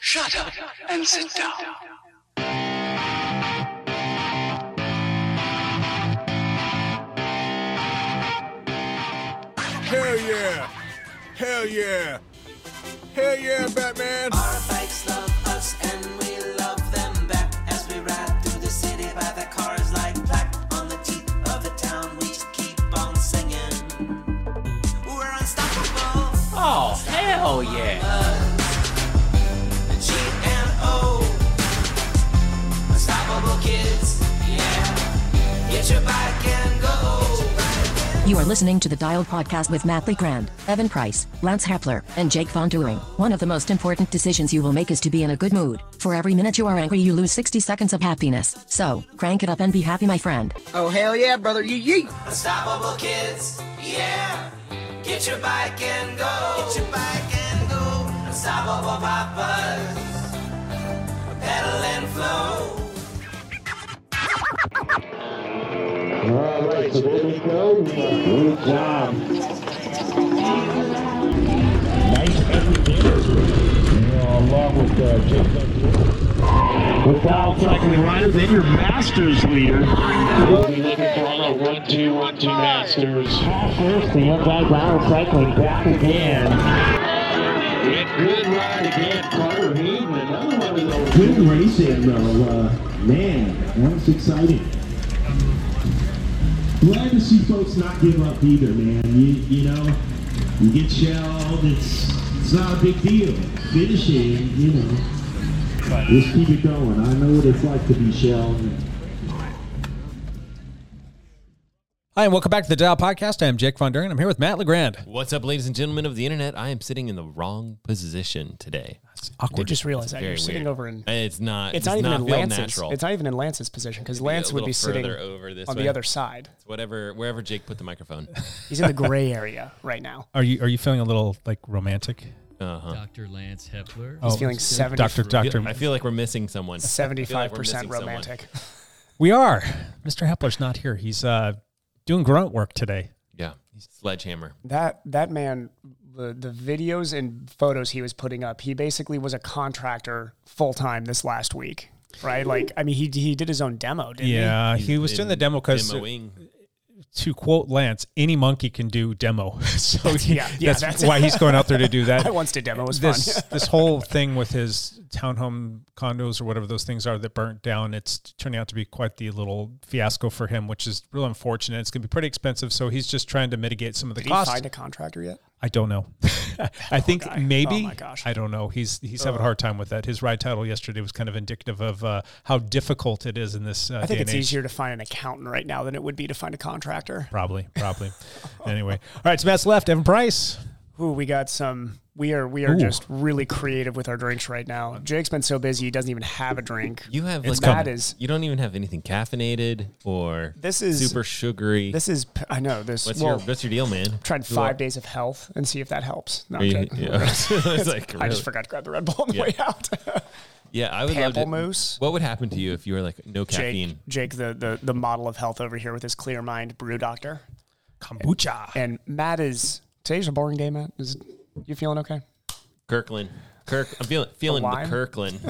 Shut up and sit down. Hell yeah! Hell yeah! Hell yeah, Batman! Our bikes love us and we love them back as we ride through the city by the cars like black on the teeth of the town. We just keep on singing. We're unstoppable. Oh, hell yeah. G and O. Unstoppable kids. Yeah. Get your bike and go. You are listening to the Dial Podcast with Matt Lee Grand, Evan Price, Lance Hepler, and Jake Von Doing. One of the most important decisions you will make is to be in a good mood. For every minute you are angry, you lose 60 seconds of happiness. So, crank it up and be happy, my friend. Oh hell yeah, brother! You yeet. Unstoppable kids, yeah. Get your bike and go. Get your bike and go. Unstoppable papas. Pedal and flow. Alright, so there we go. Good job. Nice effort there. You know, along with uh, Jacob. With Dow Cycling Riders and your Masters leader. We're looking for all that one, two, one, two Masters. First, the young guy Dow Cycling back again. Good ride again, Carter Hayden. Another one of those. Good racing, though. Uh, man, that was exciting. Glad to see folks not give up either, man. You, you know, you get shelled, it's, it's not a big deal. Finishing, you know, just keep it going. I know what it's like to be shelled. Hi, and welcome back to the Dial Podcast. I am Jake Von Duren. I'm here with Matt LeGrand. What's up, ladies and gentlemen of the internet? I am sitting in the wrong position today. I just realized that Very you're sitting weird. over in. Uh, It's not. It's does not even in feel Lance's. Natural. It's not even in Lance's position because Lance a would be little sitting further over this on way. the other side. whatever. Wherever Jake put the microphone. He's in the gray area right now. Are you are you feeling a little like romantic? Uh huh. Dr. Lance Hepler. He's feeling 70 Doctor Doctor. I feel like we're missing someone. I feel like we're Seventy-five percent missing someone. romantic. We are. Mr. Hepler's not here. He's uh, doing grunt work today. Yeah. Sledgehammer. That that man, the the videos and photos he was putting up, he basically was a contractor full time this last week, right? Like, I mean, he he did his own demo, didn't Yeah, he He's was doing been the demo because demoing. to quote Lance, any monkey can do demo. so he- yeah, yeah, that's, that's- why he's going out there to do that. he? I once did demo. It was this fun. this whole thing with his townhome condos or whatever those things are that burnt down it's turning out to be quite the little fiasco for him which is real unfortunate it's going to be pretty expensive so he's just trying to mitigate some of the Did he costs find a contractor yet? i don't know i think guy. maybe Oh my gosh. i don't know he's he's having a hard time with that his ride title yesterday was kind of indicative of uh, how difficult it is in this uh, I think day it's and age. easier to find an accountant right now than it would be to find a contractor. probably probably anyway all right so matt's left evan price Ooh, we got some. We are we are Ooh. just really creative with our drinks right now. Jake's been so busy he doesn't even have a drink. You have It's like coming. That is- You don't even have anything caffeinated or This is- super sugary. This is p- I know this. what's well, your What's your deal, man? tried You five are- days of health and see if that helps. No, are I'm you- joking. Yeah. It's like, I really? just forgot to grab the Red Bull on the Yeah. way out. Yeah, I would love to. Pamplemousse. What would happen to you if you were like no caffeine? Jake, Jake, the, the the model of health over here with his clear mind brew doctor, kombucha and Matt is today's a boring day. Matt, is you feeling okay? Kirkland. Kirk, I'm feeling feeling the lime? Kirkland.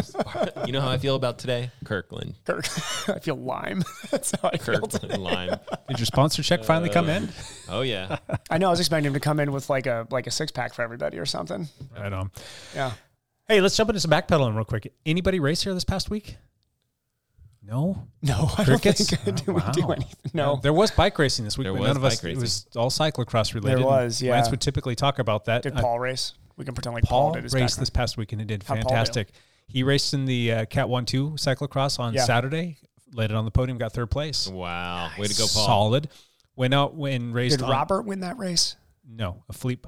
you know how I feel about today? Kirkland. Kirk, I feel lime. That's how I feel. Kirkland lime. did your sponsor check finally come Uh, in Oh yeah. I know. I was expecting him to come in with like a like a six pack for everybody or something. right on Yeah. Hey, let's jump into some backpedaling real quick. Anybody race here this past week? No. No, I Crickets? don't think Oh, do we do wow. anything. No. There was bike racing this week, There but was none of us. bike racing. It was all cyclocross related. There and was, yeah. Lance would typically talk about that. Did Uh, Paul race? We can pretend like Paul, Paul did his raced race. this past week and he did How'd Paul do? fantastic. He raced in the uh, Cat One Two cyclocross on Yeah. Saturday, laid it on the podium, got third place. Wow. Way to go, Paul. Solid. Went out and raced. Did on- Robert win that race? No, a Fleep.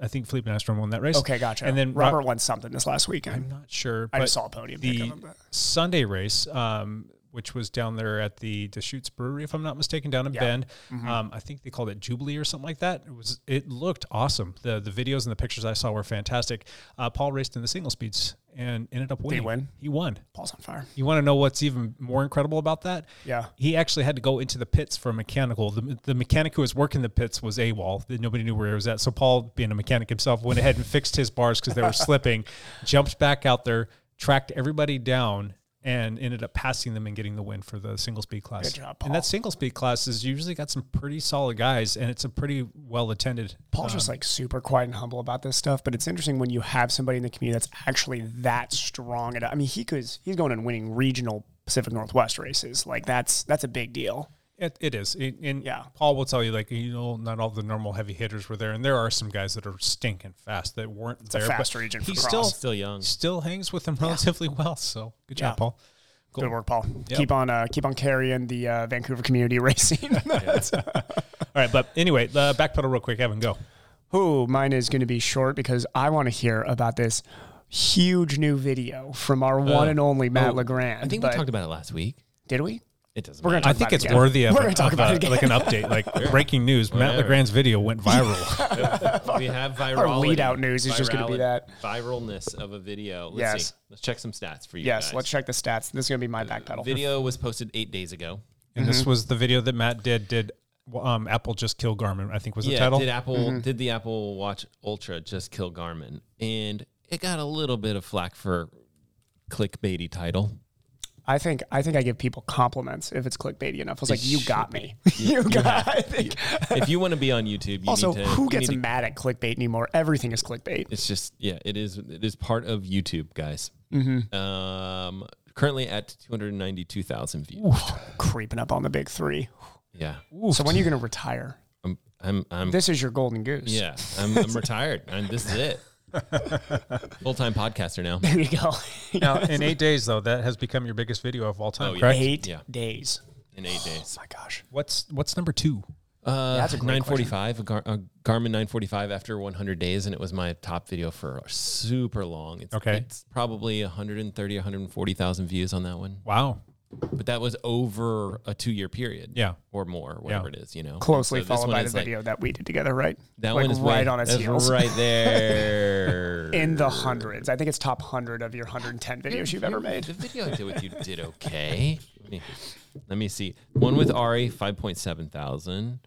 I think Fleep Nastrom won that race. Okay, gotcha. And then Robert Rob- won something this last weekend. I'm not sure. I just but saw a podium pick The of him, but- Sunday race um, which was down there at the Deschutes Brewery, if I'm not mistaken, down in Yeah. Bend. Mhm. Um, I think they called it Jubilee or something like that. It was it looked awesome. The the videos and the pictures I saw were fantastic. Uh, Paul raced in the single speeds and ended up winning. win? He won. Paul's on fire. You want to know what's even more incredible about that? Yeah. He actually had to go into the pits for a mechanical. The, the mechanic who was working the pits was AWOL. That nobody knew where he was at. So Paul, being a mechanic himself, went ahead and fixed his bars because they were slipping, jumped back out there, tracked everybody down, and ended up passing them and getting the win for the single speed class. Good job, And that single speed class is usually got some pretty solid guys, and it's a pretty um, well attended. Paul's Uh. just like super quiet and humble about this stuff, but it's interesting when you have somebody in the community that's actually that strong. At, I mean, he could he's going and winning regional Pacific Northwest races. Like that's that's a big deal. It, it is. It, and Yeah. Paul will tell you, like, you know, not all the normal heavy hitters were there. And there are some guys that are stinking fast that weren't a there. fast region for he cross. still, Still young. still hangs with them relatively well. So good Yeah. job, Paul. Cool. Good work, Paul. Yep. Keep on uh, keep on carrying the uh, Vancouver community racing. All right. But anyway, uh, backpedal real quick. Evan, go. Who mine is going to be short because I want to hear about this huge new video from our one and only Matt Uh, oh, Legrand. I think but- we talked about it last week. Did we? It doesn't. We're matter. gonna talk I think about it it's again. worthy of, We're a- gonna talk of about a- it again. like an update, like breaking news. Matt Whatever. LeGrand's video went viral. we have viral. lead out news is just gonna be that. viralness of a video. Let's Yes. see. Let's check some stats for you. Yes, guys. let's check the stats. This is going to be my backpedal. Video was posted eight days ago. and Mm-hmm. this was the video that Matt did. Did um, Apple just kill Garmin? I think was the yeah, title. did Apple Mm-hmm. did the Apple Watch Ultra just kill Garmin? And it got a little bit of flack for clickbaity title. I think I think I give people compliments if it's clickbaity enough. I was like, you got me. You, got. I think. If you want to be on YouTube, you also, need to, who you gets need to- mad at clickbait anymore? Everything is clickbait. It's just yeah, it is it is part of YouTube, guys. Mm-hmm. Um, currently at two hundred ninety two thousand views. Creeping up on the big three. Yeah, So when are you going to retire? I'm I'm, I'm This is your golden goose. yeah I'm, I'm retired and this is it. Full time podcaster now. There you go. now, in eight days, though, that has become your biggest video of all time, Oh, yeah. correct? Eight Yeah. days. in eight days. My gosh. What's what's number two? Uh, Oh That's a great 945, a, Gar- a Garmin 945 after 100 days, and it was my top video for super long. It's, Okay. It's probably 130, 140,000 views on that one. Wow. But that was over a two year period. Yeah. Or more, whatever it is, you know. Closely So this followed one by the is like- video that we did together, right? that like one is way- right on its that's heels. Right there. In the hundreds. I think it's top 100 of your 110 videos you've ever The made. video I did with you did okay. Let me, let me see. One with Ari, 5.7 thousand.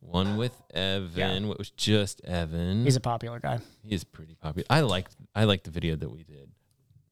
One with Evan, what was just Evan. He's a popular guy. He is pretty popular. I liked I liked the video that we did.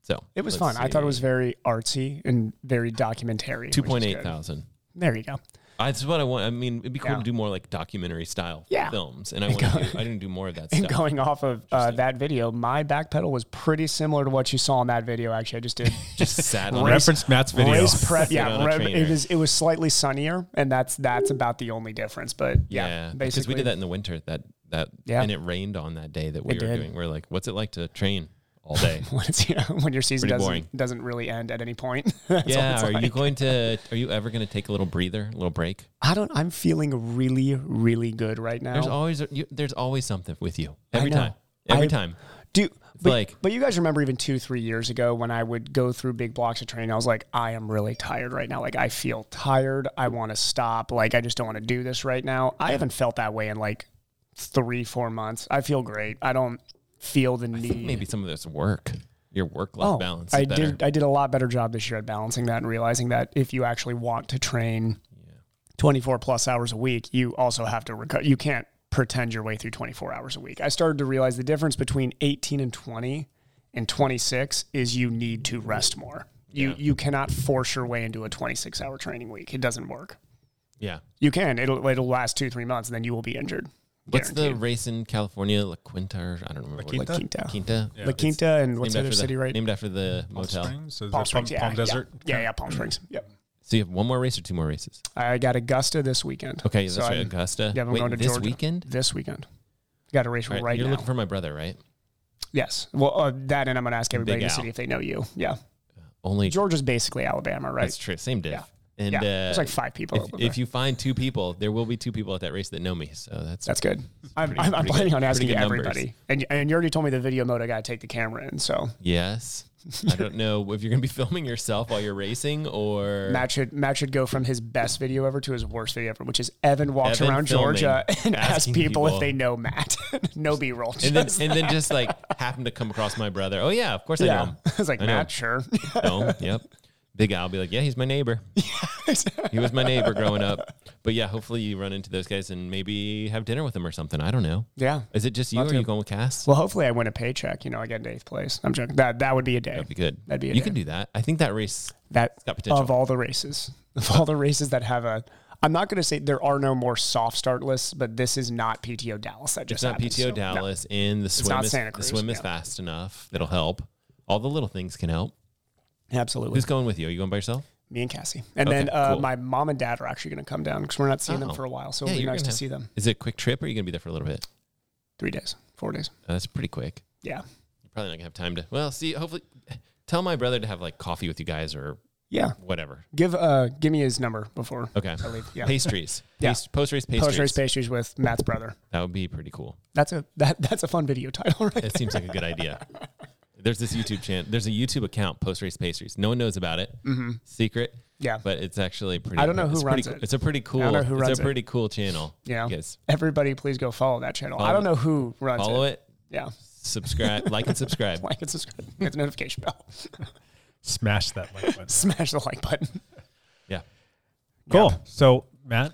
So It was let's fun. I thought it was see. very artsy and very documentary. which is two point eight good. thousand. There you go. I, that's what I want. I mean, it'd be cool Yeah. to do more like documentary style Yeah. films, and I want to. Do, I didn't do more of that And stuff. going off of uh, that video, my back pedal was pretty similar to what you saw in that video. Actually, I just did Just sat on it. Reference Matt's video. race prep. on Yeah, a rev- trainer. it was it was slightly sunnier, and that's that's about the only difference. But yeah, Yeah, because basically we did that in the winter. That that Yeah. and it rained on that day that It we were did. doing. We are like, what's it like to train all day? When, it's, you know, when your season Pretty doesn't boring. doesn't really end at any point. That's all yeah, it's are you like. going to? Are you ever going to take a little breather, a little break? I don't. I'm feeling really really good right now. There's always you, there's always something with you every know. time. Every I- time. Do but, like- but you guys remember even two, three years ago when I would go through big blocks of training, I was like, I am really tired right now. Like I feel tired. I want to stop. Like I just don't want to do this right now. I haven't felt that way in like three, four months. I feel great. I don't feel the need. Maybe some of this work, your work life Oh, balance. Is I better. did. I did a lot better job this year at balancing that and realizing that if you actually want to train, twenty four plus hours a week, you also have to recover. You can't pretend your way through twenty four hours a week. I started to realize the difference between eighteen and twenty and twenty six is you need to rest more. You you cannot force your way into a twenty six hour training week. It doesn't work. Yeah. You can. It'll it'll last two three months and then you will be injured. What's the Guaranteed. race in California? La Quinta? Or, I don't remember. La what it- Quinta? Quinta. La Quinta and what's Named the other after city right? Named after the motel. Springs? Is Palm that Palm, Springs. Yeah, Palm yeah. Desert. Yeah, yeah, Palm Springs. Yep. So you have one more race or two more races? I got Augusta this weekend. Okay, that's Uh, So right. I'm- Augusta. Yeah, I'm Wait, going to this Georgia weekend. This weekend, got a race All right, you're now. looking for my brother, right? yes. Well, uh, that, and I'm going to ask everybody in Big the Al. city if they know you. Yeah, Only Georgia's basically Alabama, right? That's true. Same diff. Yeah. And yeah, uh, there's like five people. If, over if there. you find two people, there will be two people at that race that know me. So that's that's good. I'm, pretty- I'm, I'm pretty planning good- on asking pretty good numbers. everybody, and and you already told me the video mode I got to take the camera in. So yes. I don't know if you're going to be filming yourself while you're racing or Matt should Matt should go from his best video ever to his worst video ever, which is Evan walks Evan around filming, Georgia and asks asking people, people. if they know Matt. no B roll. and then and then just like happen to come across my brother. Oh yeah, of course I yeah, know him. I was like I know. Matt, sure. No, yep. Big Al be like, yeah, he's my neighbor. he was my neighbor growing up. But yeah, hopefully you run into those guys and maybe have dinner with them or something. I don't know. yeah. Is it just you? Or are you going with Cass? Well, hopefully I win a paycheck. You know, I get in eighth place. I'm joking. That that would be a day. That'd be good. That'd be a you day. can do that. I think that race that got potential. of all the races, of all the races that have a. I'm not going to say there are no more soft start lists, but this is not PTO Dallas. That It's just not happened, PTO so- no. Dallas, and the swim not is Santa the Cruz, swim is yeah. fast enough. That'll help. All the little things can help. Absolutely. Who's going with you? Are you going by yourself? Me and Cassie. And Okay, then uh, cool. my mom and dad are actually going to come down because we're not seeing Oh. them for a while. So Yeah, it'll be you're nice gonna to have- see them. Is it a quick trip, or are you going to be there for a little bit? Three days, four days. Uh, that's pretty quick. Yeah. You're probably not going to have time to. Well, see, hopefully, tell my brother to have like coffee with you guys or Yeah. whatever. Give uh, give me his number before. Okay. I leave. Yeah. Pastries. Yeah. Post race pastries. Post race pastries with Matt's brother. That would be pretty cool. That's a that that's a fun video title, right? That seems like a good idea. There's this YouTube channel. There's a YouTube account, Post Race Pastries. No one knows about it. Mm-hmm. Secret. Yeah. But it's actually pretty. I don't know who it's pretty runs cool- it. It's a pretty cool. know who runs it's a it. pretty cool channel. Yeah. Yes. Everybody, please go follow that channel. I Follow don't it. know who runs Follow it. Yeah. Subscribe. like and subscribe. Like and subscribe. Hit the notification bell. Smash that like button. Smash the like button. Yeah. Cool. So Matt,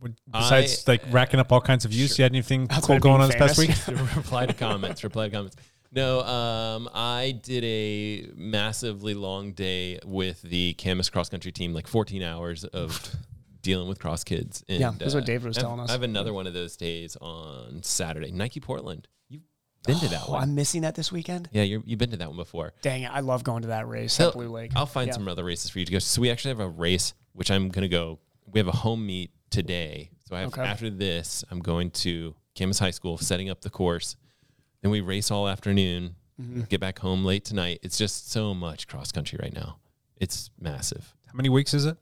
would- besides I- like racking up all kinds of views, you had anything cool of going on being this past week? famous. reply to comments. Reply to comments. No, um, I did a massively long day with the Camas cross country team, like 14 hours of dealing with cross kids. And, uh, Yeah, that's what Dave was I have- telling us. I have another one of those days on Saturday. Nike Portland. You've been to that Oh, one. I'm missing that this weekend. yeah, you're, you've been to that one before. Dang it! I love going to that race So at Blue Lake. I'll find Yeah. some other races for you to go. So we actually have a race which I'm gonna go. We have a home meet today. So I have Okay. after this, I'm going to Camas High School, setting up the course. Then we race all afternoon. Mm-hmm. Get back home late tonight. It's just so much cross country right now. It's massive. How many weeks is it?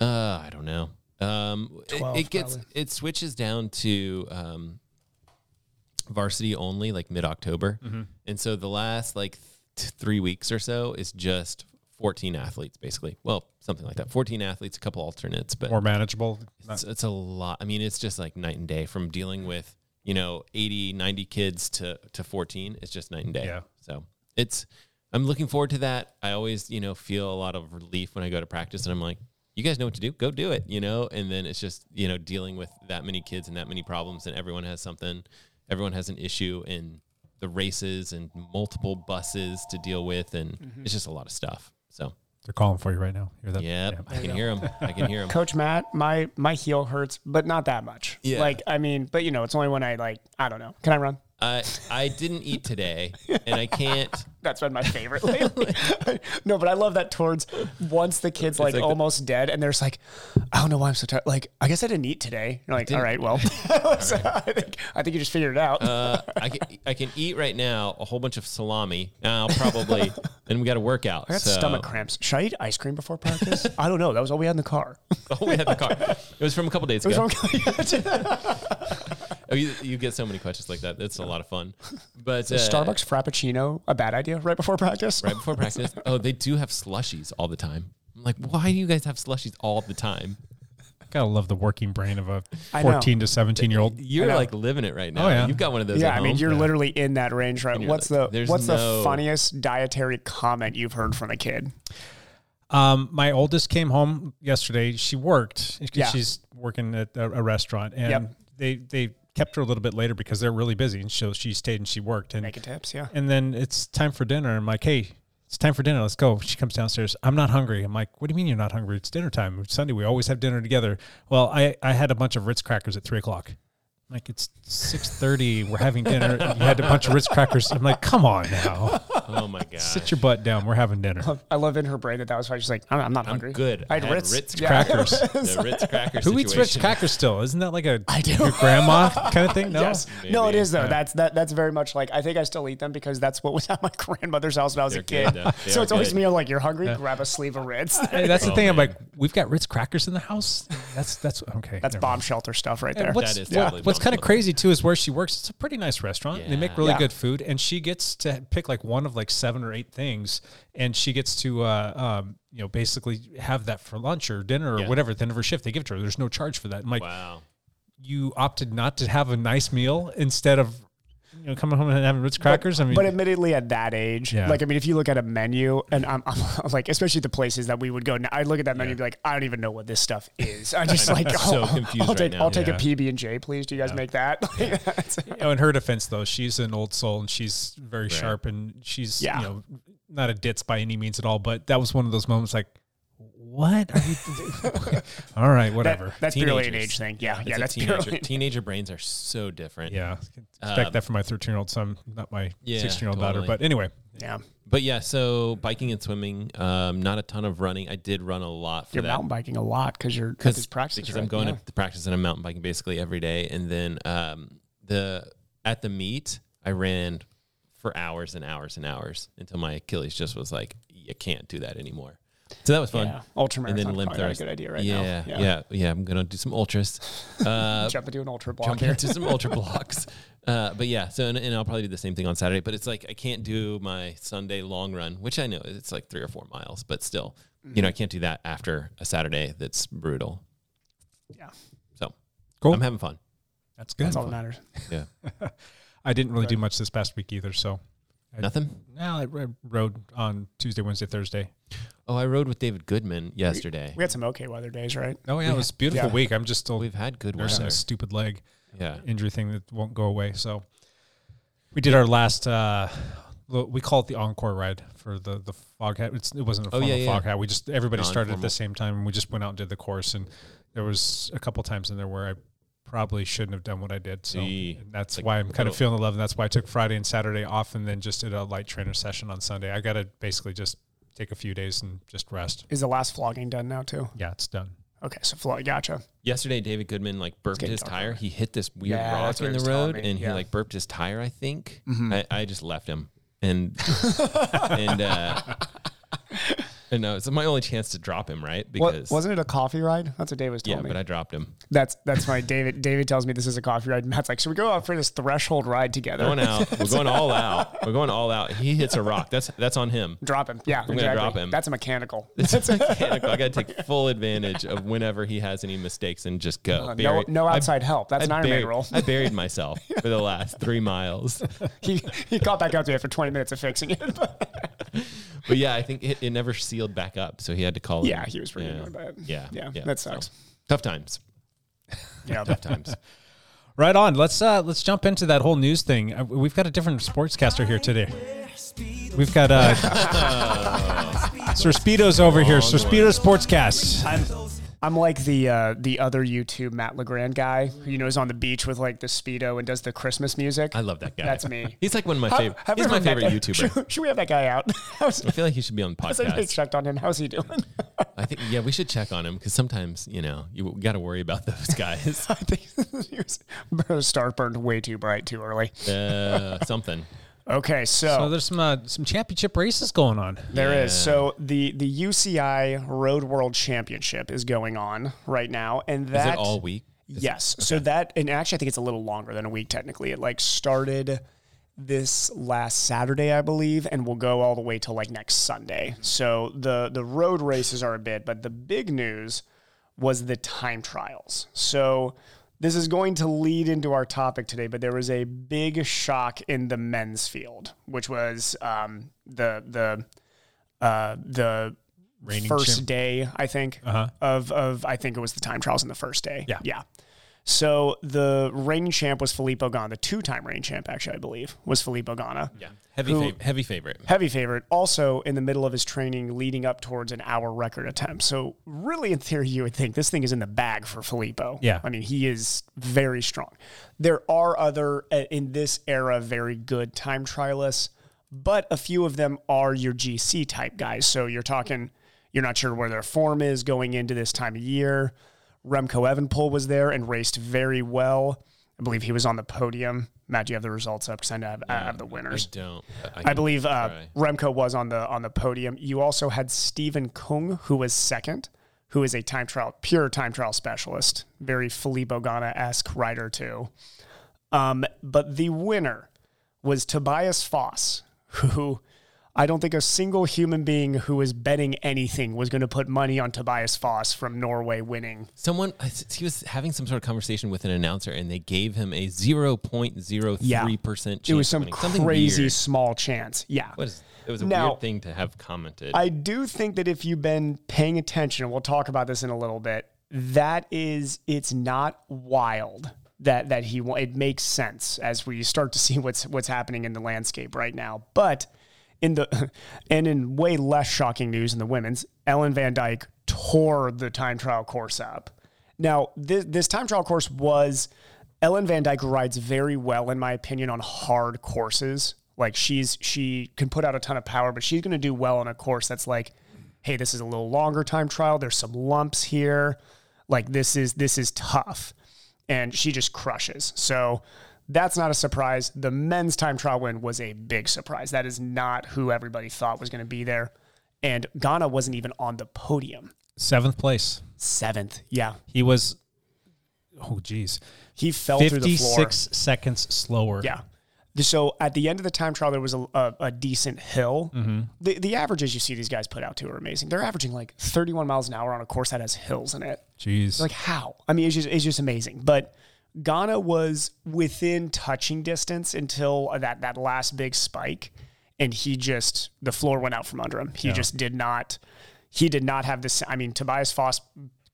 Uh, I don't know. Um, it- 12 it, gets probably. it switches down to um, varsity only like mid October, and so the last like th- three weeks or so is just fourteen athletes basically. Well, something like that. Fourteen athletes, a couple alternates, but More manageable. it's, it's a lot. I mean, it's just like night and day from dealing with you know 80, 90 kids to to fourteen. It's just night and day. Yeah. So it's I'm looking forward to that. I always you know feel a lot of relief when I go to practice and I'm like, you guys know what to do, go do it, you know. And then it's just you know dealing with that many kids and that many problems, and everyone has something, everyone has an issue in the races and multiple buses to deal with, and it's just a lot of stuff. So. They're calling for you right now. Hear that? Yep, Yeah. I can hear him. I can hear him. Coach Matt, my my heel hurts, but not that much. Yeah. Like I mean, but you know, it's only when I like I don't know. Can I run? I I didn't eat today, and I can't. That's been my favorite lately. no, but I love that towards once the kid's like, like the- almost dead and there's like, I don't know why I'm so tired. Like, I guess I didn't eat today. You're like, all right, well, So I think I think you just figured it out. Uh, I can I can eat right now a whole bunch of salami. and I'll probably and we got a workout. I got so- stomach cramps. Should I eat ice cream before practice? I don't know. That was all we had in the car. Oh, we had the car. It was from a couple days It was ago. from- Oh, you, you get so many questions like that. That's a lot of fun. But uh, Starbucks Frappuccino, a bad idea right before practice. right before practice. Oh, they do have slushies all the time. I'm like, why do you guys have slushies all the time? Gotta love the working brain of a I know. 14 to 17 year old. You're know. like living it right now. Oh, yeah. You've got one of those. Yeah, at I mean, home. you're literally in that range, right? you're What's like, the there's what's no- the funniest dietary comment you've heard from a kid? Um, my oldest came home yesterday. She worked. 'cause Yeah. She's working at a, a restaurant, and Yep. they they kept her a little bit later because they're really busy, and so she stayed and she worked. And Naked tips, yeah. and then it's time for dinner. I'm like, hey, it's time for dinner. Let's go. She comes downstairs. I'm not hungry. I'm like, what do you mean you're not hungry? It's dinner time. Sunday we always have dinner together. Well, I I had a bunch of Ritz crackers at three o'clock. I'm like it's six thirty. We're having dinner. You had a bunch of Ritz crackers. I'm like, come on now, Oh my god. sit your butt down. We're having dinner. I love in her brain that that was why she's like, I'm, I'm not hungry. good. I had I had Ritz, Ritz Yeah. Crackers. the Ritz crackers. Who eats Ritz situation. crackers still? Isn't that like a I do. your grandma kind of thing? No. Yes. No, it Maybe. is though. That's that. That's very much like I think I still eat them because that's what was at my grandmother's house when I was They're a kid. good, though. They so are it's always good. me. I'm like, you're hungry? Grab a sleeve of Ritz. Hey, that's the Oh, thing. I'm man. like, we've got Ritz crackers in the house. That's that's okay. That's never bomb mind. shelter stuff right And there. what's That is what- definitely what's bomb kind of shelter. crazy too is where she works. It's a pretty nice restaurant. They make Yeah. really Yeah. good food, and she gets to pick like one of like seven or eight things, and she gets to uh, um, you know basically have that for lunch or dinner or Yeah. whatever at the end of her shift. They give it to her. There's no charge for that. I'm like, Wow. you opted not to have a nice meal instead of you know coming home and having Ritz crackers. I mean, But admittedly, at that age, Yeah. like I mean, if you look at a menu, and I'm, I'm like, especially the places that we would go, now, I look at that menu and be like, I don't even know what this stuff is. I'm just know. like, I'm oh, so confused I'll right take, now. I'll take Yeah. a PB and J, please. Do you guys make that? Like, that's- you know, Oh, in her defense though, she's an old soul and she's very sharp and she's Yeah. you know not a ditz by any means at all. But that was one of those moments like, what are you? all right, whatever. that's purely an Teenagers. age thing. Yeah, It's yeah, a that's teenager. purely. Teenager brains are so different. yeah, expect Um, that from my thirteen-year-old son, not my Yeah, sixteen-year-old daughter. totally. But anyway, Yeah, But yeah, so biking and swimming, um, not a ton of running. I did run a lot for you're that. mountain biking a lot because you're at because these practices. because right? I'm going Yeah. to the practice and I'm mountain biking basically every day. And then um, the at the meet, I ran for hours and hours and hours until my Achilles just was like, you can't do that anymore. So that was fun. Yeah. Ultramarathon and then probably limb not a thrust. good idea right now. yeah, Yeah. Yeah, yeah, I'm gonna do some ultras. Uh, jump into an ultra block. jump here. into some ultra blocks. Uh, but yeah, so and, and I'll probably do the same thing on Saturday. But it's like I can't do my Sunday long run, which I know it's like three or four miles, but still, you Mm-hmm. know, I can't do that after a Saturday that's brutal. Yeah. So Cool. I'm having fun. that's good. That's all that matters. Yeah. I didn't really do much this past week either. So Nothing. now I I rode on Tuesday, Wednesday, Thursday. Oh, I rode with David Goodman yesterday. We had some okay weather days, right? Oh yeah, it was a beautiful yeah. week. I'm just still We've had good nursing weather. a stupid leg. Yeah. injury thing that won't go away. So we did our last. Uh, lo- we call it the encore ride for the the fog hat. It's, it wasn't a Oh, formal yeah, yeah. fog hat. We just everybody started at Non-formal. the same time, and we just went out and did the course. And there was a couple times in there where I probably shouldn't have done what I did. So Gee. and that's Like, why I'm kind of little- feeling the love, and that's why I took Friday and Saturday off, and then just did a light trainer session on Sunday. I got to basically just take a few days and just rest. Is the last flogging done now too? Yeah, it's done. Okay, so flog, gotcha. Yesterday, David Goodman like burped getting his dark tire. He hit this weird Yeah, rock that's what in he the was telling road, me. and Yeah. Mm-hmm. he like burped his tire. I think I, I just left him, and and uh, and no, it's my only chance to drop him, right? What, Because wasn't it a coffee ride? That's what Dave was telling yeah, me. but I dropped him. That's that's my David. David tells me this is a coffee ride. and Matt's like, so we go out for this threshold ride together. Going out, we're going all out. We're going all out. He hits a rock. That's that's on him. drop him. Yeah, gonna exactly. drop him. That's a mechanical. It's mechanical. I got to take full advantage of whenever he has any mistakes and just go. Uh, no, Bury- no I- outside help. That's an Iron buried, Man rule. I buried myself for the last three miles. He he caught back up to me after 20 minutes of fixing it. but- But yeah, I think it, it never sealed back up, so he had to call. yeah, in. he was pretty yeah. annoyed by it. Yeah, yeah, that so. sucks. Tough times. Yeah, Times. Right on. Let's uh let's jump into that whole news thing. Uh, We've got a different sportscaster here today. We've got uh Sir Speedo's over here. Sir Speedo Sportscast. I'm I'm like the uh, the other YouTube Matt Legrand guy who you know is on the beach with like the speedo and does the Christmas music. I love that guy. That's me. He's like one of my How- favorite. have we He's my ever met favorite that- YouTuber. Should, should we have that guy out? How's- I feel like he should be on the Has anybody podcast. checked on him? How's he doing? I think yeah, we should check on him because sometimes you know you got to worry about those guys. I think he was the star burned way too bright too early. uh, something. Okay, So so, there's some uh, some championship races going on. there is so the the UCI Road World Championship is going on right now, and Is that it all week? Yes. So that, and actually, I think it's a little longer than a week technically. It like started this last Saturday, I believe, and will go all the way till like next Sunday. Mm-hmm. So the the road races are a bit, but the big news was the time trials. So this is going to lead into our topic today, but there was a big shock in the men's field, which was um, the the uh, the Reigning first champ- Uh-huh. day, I think, of of I think it was the time trials in the first day. Yeah. yeah. So the reigning champ was Filippo Ganna, the two-time reigning champ, actually, I believe, was Filippo Ganna. Yeah. Heavy fav- heavy favorite. Heavy favorite, also in the middle of his training leading up towards an hour record attempt. So, really, in theory, you would think this thing is in the bag for Filippo. Yeah. I mean, he is very strong. There are other, uh, in this era, very good time trialists, but a few of them are your GC type guys. So, you're talking, you're not sure where their form is going into this time of year. Remco Evenpool was there and raced very well. I believe he was on the podium. Matt, do you have the results up? Because I know I have, I have the I winners. don't. I believe uh, try. Remco was on the on the podium. You also had Stephen Kung, who was second, who is a time trial, pure time trial specialist, very Philippe Ogana esque rider too. Um, but the winner was Tobias Foss, who I don't think a single human being who was betting anything was going to put money on Tobias Foss from Norway winning. Someone I s- he was having some sort of conversation with an announcer, and they gave him a zero point zero three percent chance. it was of some winning. Something crazy weird. small chance. Yeah. What is, it was a Now- weird thing to have commented. I do think that if you've been paying attention, and we'll talk about this in a little bit, that is, it's not wild that that he won. It makes sense as we start to see what's what's happening in the landscape right now. But in the and in way less shocking news in the women's, Ellen Van Dyke tore the time trial course up. Now this this time trial course was Ellen Van Dyke rides very well, in my opinion, on hard courses. Like she's she can put out a ton of power, but she's going to do well on a course that's like, hey, this is a little longer time trial. There's some lumps here. Like this is this is tough, and she just crushes. So that's not a surprise. The men's time trial win was a big surprise. That is not who everybody thought was going to be there, and Ghana wasn't even on the podium. Seventh place. Seventh, yeah, He was, oh, geez, he fell through the floor. 56 seconds slower. Yeah. So at the end of the time trial, there was a, a, a decent hill. The, the averages you see these guys put out too are amazing. They're averaging like 31 miles an hour on a course that has hills in it. Jeez. Like how? I mean, it's just it's just amazing. But Ghana was within touching distance until that that last big spike, and he just the floor went out from under him. He just did not. He did not have this. I mean, Tobias Foss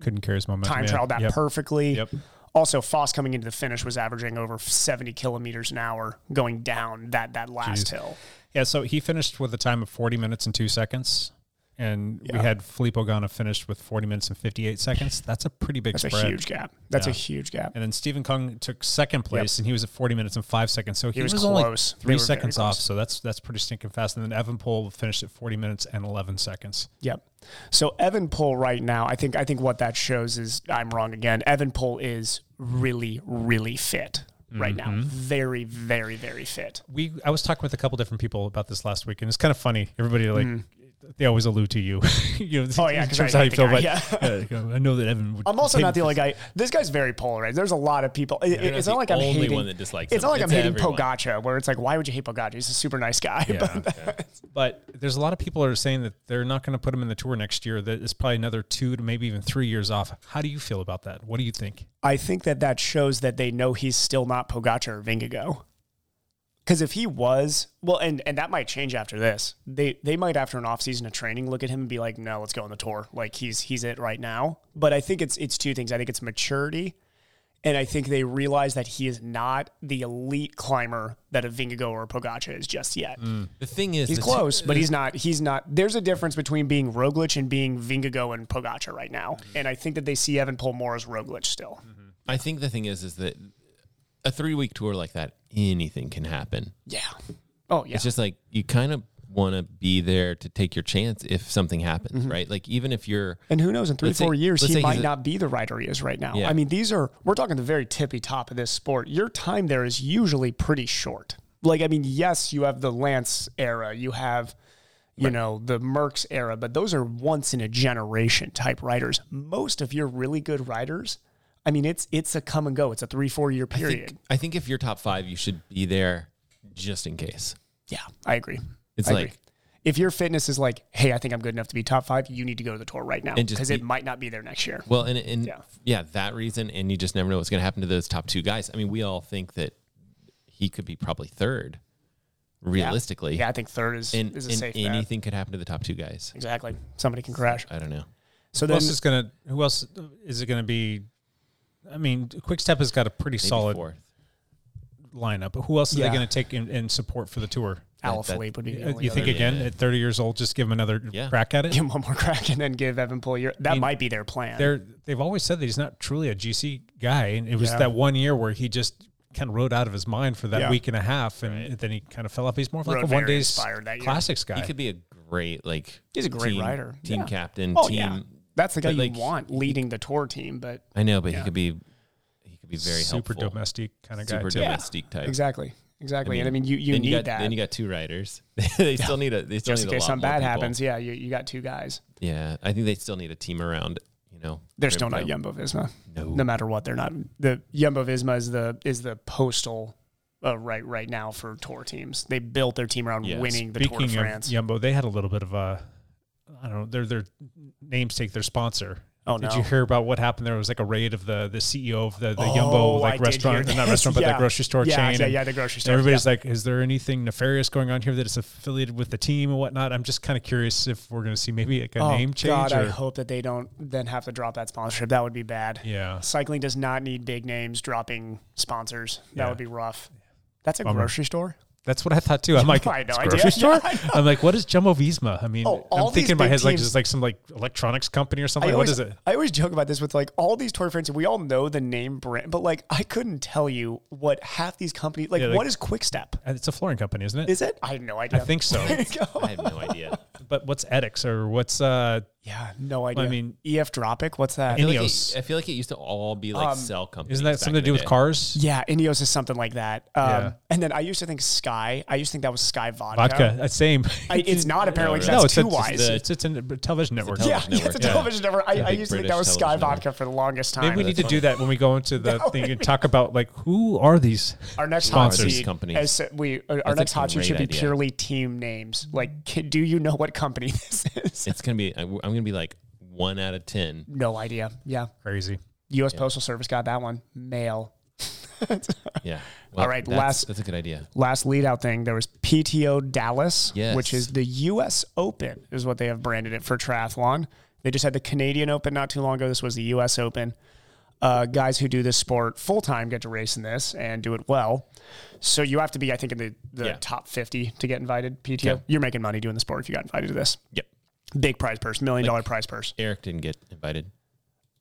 Couldn't carry his momentum. time yeah. trial that Yep. perfectly. Yep. Also, Foss coming into the finish was averaging over 70 kilometers an hour going down that that last hill. Yeah, so he finished with a time of 40 minutes and two seconds. And we had Felipe Ogana finished with 40 minutes and 58 seconds. That's a pretty big That's spread. a huge gap. That's Yeah. a huge gap. And then Stephen Kung took second place, and he was at 40 minutes and five seconds. So he, was was, only close. They three were very seconds off. close. So that's that's pretty stinking fast. And then Evan Pohl finished at 40 minutes and 11 seconds. Yep. So Evan Pohl right now, I think I think what that shows is I'm wrong again. Evan Pohl is really really fit right Mm-hmm. now. Very very very fit. We I was talking with a couple different people about this last week, and it's kind of funny. Everybody like. They always allude to you. you know, Mm. Oh, yeah, in 'cause terms I of how hate the you feel, guy, but yeah. yeah, I know that Evan. Would I'm also hate not the me. only guy. This guy's very polarized. There's a lot of people. It- You're it's not not the like I'm only hating. one that dislikes it's him. not like It's I'm hating everyone. Pogacha, where it's like, why would you hate Pogacha? He's a super nice guy. Yeah. But But there's a lot of people are saying that they're not going to put him in the tour next year. That it's probably another two to maybe even three years off. How do you feel about that? What do you think? I think that that shows that they know he's still not Pogacar or Vingegaard. Because if he was, well, and and that might change after this. They they might after an offseason of training look at him and be like, no, let's go on the tour. Like he's he's it right now. But I think it's it's two things. I think it's maturity, and I think they realize that he is not the elite climber that a Vingegaard or a Pogacar is just yet. the thing is, He's the two- close, but he's not. He's not. There's a difference between being Roglic and being Vingegaard and Pogacar right now, and I think that they see Evan Pohl more as Roglic still. I think the thing is, is that a three week tour like that, anything can happen. Yeah. Oh yeah. It's just like you kind of want to be there to take your chance if something happens, right? Like even if you're Mm-hmm. and who knows? In three, Let's say- four years, let's he say he's might a- not be the writer he is right now. Yeah. I mean, these are we're talking the very tippy top of this sport. Your time there is usually pretty short. Like, I mean, yes, you have the Lance era, you have, you know, the Merckx era, but those are once in a generation type writers. Most of your really good writers, I mean, it's it's a come and go. It's a three, four year I period. think, I think if you're top five, you should be there just in case. yeah, I agree. It's I like agree. If your fitness is like, hey, I think I'm good enough to be top five, you need to go to the tour right now And just because it be- might not be there next year. Well, and and Yeah. yeah. that reason, and you just never know what's going to happen to those top two guys. I mean, we all think that he could be probably third, realistically, Yeah, I think third is, and, is a and safe bet. anything could happen to the top two guys. Exactly. Somebody can crash. I don't know. So Who then, else is going to? Who else is it going to be? I mean, Quickstep has got a pretty Maybe solid fourth. lineup. But who else are Yeah. they going to take in, in support for the tour? Al that- Philippe would be. the Uh, only You think other- again at 30 years old, just give him another Yeah. crack at it? give him one more crack and then give Evan Poole your. That might be their plan. They're they've always said that he's not truly a GC guy, and it was Yeah. that one year where he just kind of rode out of his mind for that Yeah. week and a half, and then he kind of fell off. He's more of like Rode a very one day inspired that year. classics guy. He could be a great like. He's a great team- rider. team Yeah. captain, oh team. yeah, that's the guy but, you like, want leading the tour team. But I know, but Yeah. he could be, he could be very super helpful, domestic kind of guy. super too. domestic type. exactly, exactly. and I mean, you you Then need you got that then you got two riders. they still need a they still just in need a case lot something more bad people. happens. Yeah, you, you got two guys. Yeah, I think they still need a team around No, They're still not Jumbo Visma. No. no matter what, they're not. The Jumbo Visma is the is the postal uh, right right now for tour teams. They built their team around Yeah, winning the Tour Speaking de France. of Yumbo, they had a little bit of a, I don't know, their their namesake, their sponsor. Oh, did no. you hear about what happened? There It was like a raid of the the CEO of the the Oh, Yumbo I like did hear restaurant, not this. restaurant, but Yeah. the grocery store Yeah, chain. yeah, and yeah, the grocery store, Everybody's yeah. like, is there anything nefarious going on here that is affiliated with the team and whatnot? I'm just kind of curious if we're going to see maybe like a Oh, name change. God, I or- hope that they don't then have to drop that sponsorship. That would be bad. Yeah. Cycling does not need big names dropping sponsors. That Yeah. would be rough. That's a Bummer. grocery store. That's what I thought too. I'm like, I had no "It's a idea." grocery store. Yeah, I know. I'm like, what is Jumbo Visma? I mean, Oh, all I'm these thinking in my big head like teams- just like some like electronics company or something. I Like, always, what is it? I always joke about this with like all these tour friends. We all know the name brand, but like I couldn't tell you what half these companies like. Yeah, like- what is Quick Step? It's a flooring company, isn't it? Is it? I have no I idea. think so. I have no idea. but what's Edix or what's uh Yeah, no idea. mean- EF Dropic. What's that? I feel, like Ineos. it, I feel like it used to all be Um, like cell companies. isn't that back something to in do the with day. cars? yeah, Ineos is something like that. Um, Yeah. And then I used to think Sky. I used to think that was Sky Vodka. Vodka, uh, same. I, it's not apparently because really? that's a- too wise. It's, it's, it's a television network. yeah, television yeah, it's a network, yeah. television network. I, Yeah, I big used to think British that was Sky television network. Vodka for the longest time. Maybe we need to do that when we go into That the thing would and be- talk about like who are these our next hot sponsors? these seat, companies. As we, uh, our That's next a hot seat should be great idea. purely team names. Like, can, do you know what company this is? It's gonna be. I- I'm gonna be like one out of ten. no idea. Yeah, Crazy. U.S. Postal Service got that one. Mail. Yeah. Well, All right, That's, last- That's a good idea. Last lead out thing, there was PTO Dallas, Yes. which is the U.S. Open, is what they have branded it for triathlon. They just had the Canadian Open not too long ago. This was the U.S. Open. Uh, guys who do this sport full time get to race in this and do it well. So you have to be, I think, in the, the Yeah. top 50 to get invited. PTO, Yeah. you're making money doing the sport if you got invited to this. Yep. Big prize purse, million dollar prize purse. Eric didn't get invited.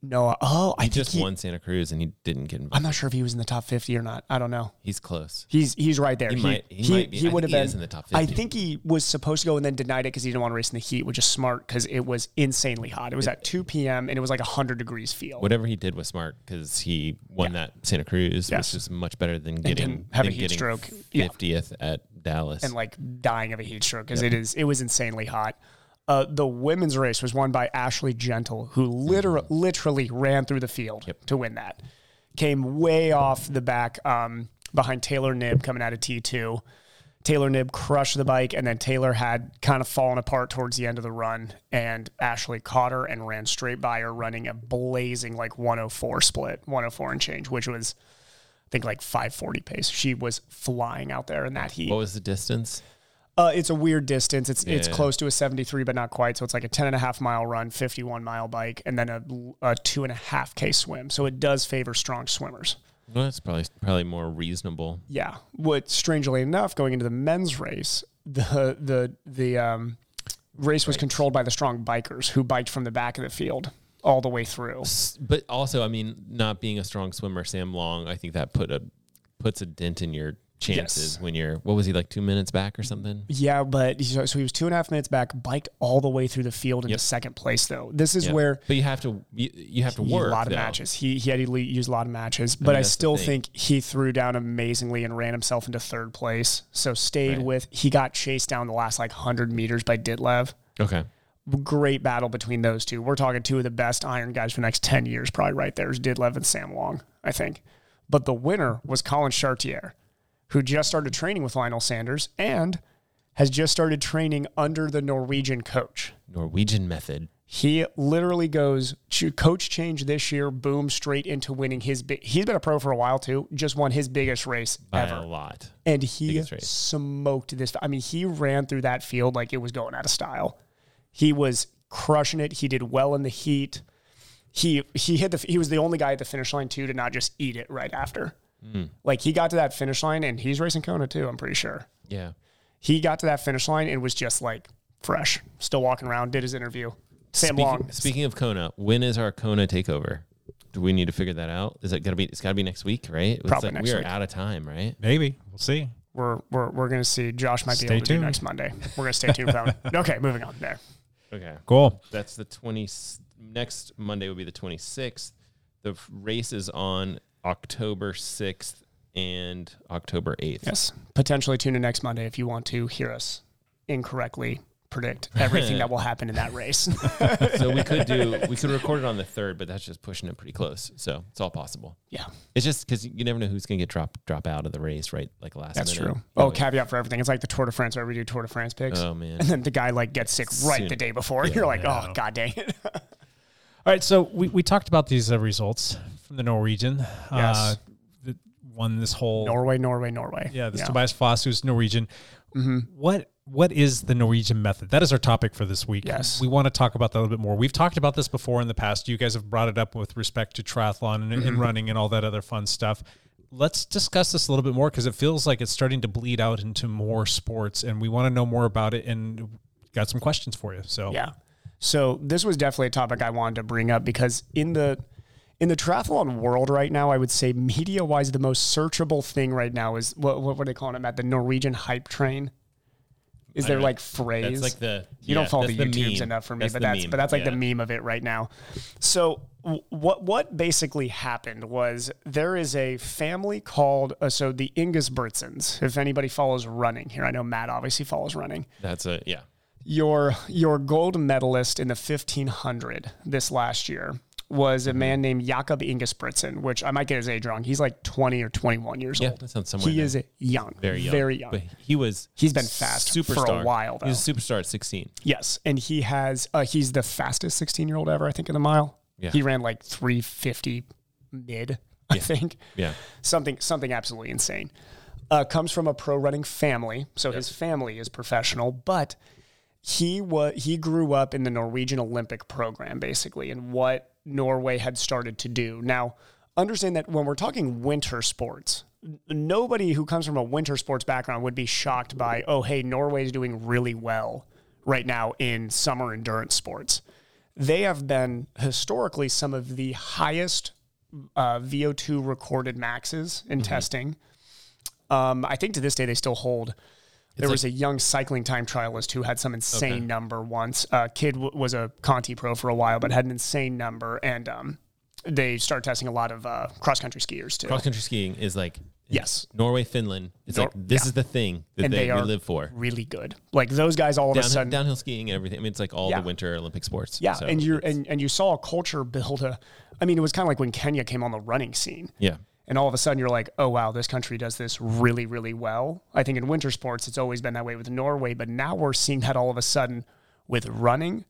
No, oh, I He think just he- won Santa Cruz and he didn't get I'm invited. not sure if he was in the top 50 or not. I don't know. He's close. He's he's right there. He might- he might be. I would have think he been is in the top I 50. think he was supposed to go and then denied it because he didn't want to race in the heat, which is smart because it was insanely hot. It was at 2 p.m. and it was like 100 degrees field. Whatever he did was smart because he won that Santa Cruz, Yes. which is much better than getting didn't have a than heat getting stroke. Yeah. Fiftieth at Dallas. and like dying of a heat stroke because it is it was insanely hot. Uh, the women's race was won by Ashley Gentle, who literally literally ran through the field to win that. Came way off the back um, behind Taylor Nib coming out of T two. Taylor Nib crushed the bike, and then Taylor had kind of fallen apart towards the end of the run, and Ashley caught her and ran straight by her, running a blazing like 104 split, 104 and change, which was I think like 540 pace. She was flying out there in that heat. what was the distance? Uh, it's a weird distance. It's it's Yeah. close to a 73, but not quite. So it's like a 10 and a half mile run, 51 mile bike, and then a, a two and a half K swim. So it does favor strong swimmers. Well, that's probably probably more reasonable. Yeah. What strangely enough, going into the men's race, the the the um, race was controlled by the strong bikers who biked from the back of the field all the way through. S- But also, I mean, not being a strong swimmer, Sam Long, I think that put a puts a dent in your chances when you're. What was he like? Two minutes back or something? Yeah, but so, so he was two and a half minutes back, biked all the way through the field into second place though. This is Yeah. where But you have to you, you have to He- work a lot of though. matches. He he had to le- use a lot of matches, but I, that's the still thing. think he threw down amazingly and ran himself into third place. So stayed Right. with. He got chased down the last like hundred meters by Ditlev. Okay. Great battle between those two. We're talking two of the best iron guys for the next ten years, probably right there is Ditlev and Sam Long, I think. But the winner was Colin Chartier, who just started training with Lionel Sanders and has just started training under the Norwegian coach. Norwegian method. He literally goes "Ch- coach change this year, boom, straight into winning his big. He's been a pro for a while too. Just won his biggest race by ever, a lot. and he biggest race. smoked this. I mean, he ran through that field like it was going out of style. He was crushing it. He did well in the heat. He he hit the. He was the only guy at the finish line too to not just eat it right after. Hmm. Like he got to that finish line, and he's racing Kona too. I'm pretty sure Yeah. he got to that finish line and was just like fresh, still walking around. Did his interview. Sam Speaking, Long. speaking of Kona, when is our Kona takeover? Do we need to figure that out? Is it gonna be? It's gotta be next week, right? It's Probably like next we are week. out of time, right? Maybe we'll see. we're we're, we're going to see Josh might be Stay able to do tuned. next Monday. We're going to stay tuned for that. one. Okay, moving on there. Okay. Cool. That's the twenty. Next Monday will be the twenty sixth. The f- race is on October sixth and October eighth. Yes, potentially tune in next Monday if you want to hear us incorrectly predict everything that will happen in that race. so we could do we could record it on the third, but that's just pushing it pretty close. So it's all possible. Yeah. It's just because you never know who's going to get drop drop out of the race, right? Like last. That's minute. true. You Oh, know, caveat for everything. It's like the Tour de France where we do Tour de France picks. Oh, man. And then the guy like gets sick right Soon. the day before. Yeah, You're like, I oh know. god dang it. All right, so we, we talked about these uh, results from the Norwegian. Uh, Yes. that won this whole Norway, Norway, Norway. yeah this Tobias Foss who's Norwegian. Mm-hmm. What what is the Norwegian method? That is our topic for this week. Yes. we want to talk about that a little bit more. We've talked about this before in the past. You guys have brought it up with respect to triathlon and, Mm-hmm. and running and all that other fun stuff. Let's discuss this a little bit more because it feels like it's starting to bleed out into more sports, and we want to know more about it. And got some questions for you. So Yeah. So this was definitely a topic I wanted to bring up because in the in the triathlon world right now, I would say media wise, the most searchable thing right now is what what, what are they calling it, Matt? The Norwegian hype train. Is I there don't- like That's phrase? like the you yeah, don't follow the that's YouTubes meme. enough for me, but the that's meme. but that's like Yeah. the meme of it right now. So w- what what basically happened was there is a family called uh, so the Ingesbertsens. If anybody follows running here, I know Matt obviously follows running That's a yeah. your your gold medalist in the 1500 this last year was Mm-hmm. a man named Jakob Ingesbritsen, which I might get his age wrong. He's like 20 or 21 years Yeah, old. that sounds somewhere in He there. is young. Very young. Very young. But he was. He's been fast for a while, He was a superstar at 16. Yes, and he has uh, he's the fastest 16 year old ever, I think, in the mile. Yeah. He ran like 350 mid, I think. Yeah. Something something absolutely insane. Uh, comes from a pro running family, so his family is professional, but he was he grew up in the Norwegian Olympic program basically, and what Norway had started to do. Now, understand that when we're talking winter sports, n- nobody who comes from a winter sports background would be shocked by, oh, hey, Norway's doing really well right now in summer endurance sports. They have been historically some of the highest uh, VO2 recorded maxes Mm-hmm. in testing. Um, I think to this day they still hold. There was a young cycling time trialist who had some insane number once. Uh, kid w- was a Conti pro for a while, but had an insane number, and um, they started testing a lot of uh, cross country skiers too. Cross country skiing is like Yes. Norway, Finland. It's Nor- like this yeah. is the thing that And they, they we are live for. Really good. Like those guys, all of a Downhill, sudden, downhill skiing and everything. I mean, it's like all Yeah. the winter Olympic sports. yeah. So and you it's- and and you saw a culture build. A, I mean, it was kind of like when Kenya came on the running scene. yeah. and all of a sudden you're like, oh wow, this country does this really, really well. I think in winter sports it's always been that way with Norway, but now we're seeing that all of a sudden with running.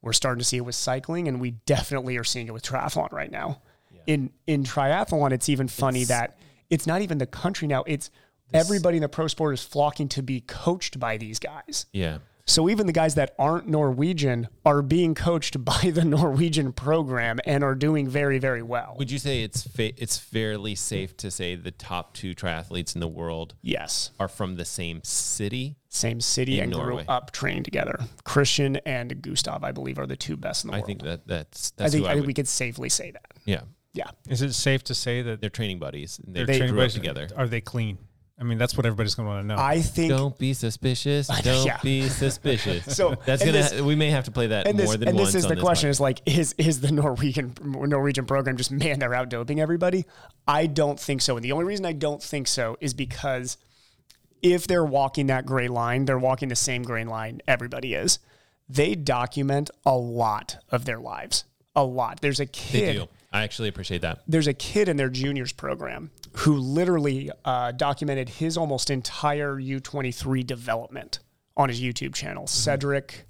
We're starting to see it with cycling, and we definitely are seeing it with triathlon right now. In in triathlon, it's even funny that it's not even the country now; it's everybody in the pro sport is flocking to be coached by these guys. Yeah. So even the guys that aren't Norwegian are being coached by the Norwegian program and are doing very, very well. Would you say it's fa- it's fairly safe to say the top two triathletes in the world Yes. are from the same city? same city In and Norway. grew up training together. Christian and Gustav, I believe, are the two best in the I world. think that that's I that's think, who I I, think would, we could safely say that. yeah. Yeah. is it safe to say that They're training buddies. and They They're grew up buddies. together. Are they clean? I mean, that's what everybody's going to want to know. I think Don't be suspicious. Don't Yeah. be suspicious. So, that's and gonna. this- ha- we may have to play that and this more than and once. this is on the question podcast. is like is is the Norwegian Norwegian program just man they're out doping everybody? I don't think so. And the only reason I don't think so is because if they're walking that gray line, they're walking the same gray line everybody is. They document a lot of their lives. A lot. There's a They kid do. I actually appreciate that. there's a kid in their juniors program who literally uh, documented his almost entire U23 development on his YouTube channel. Cedric,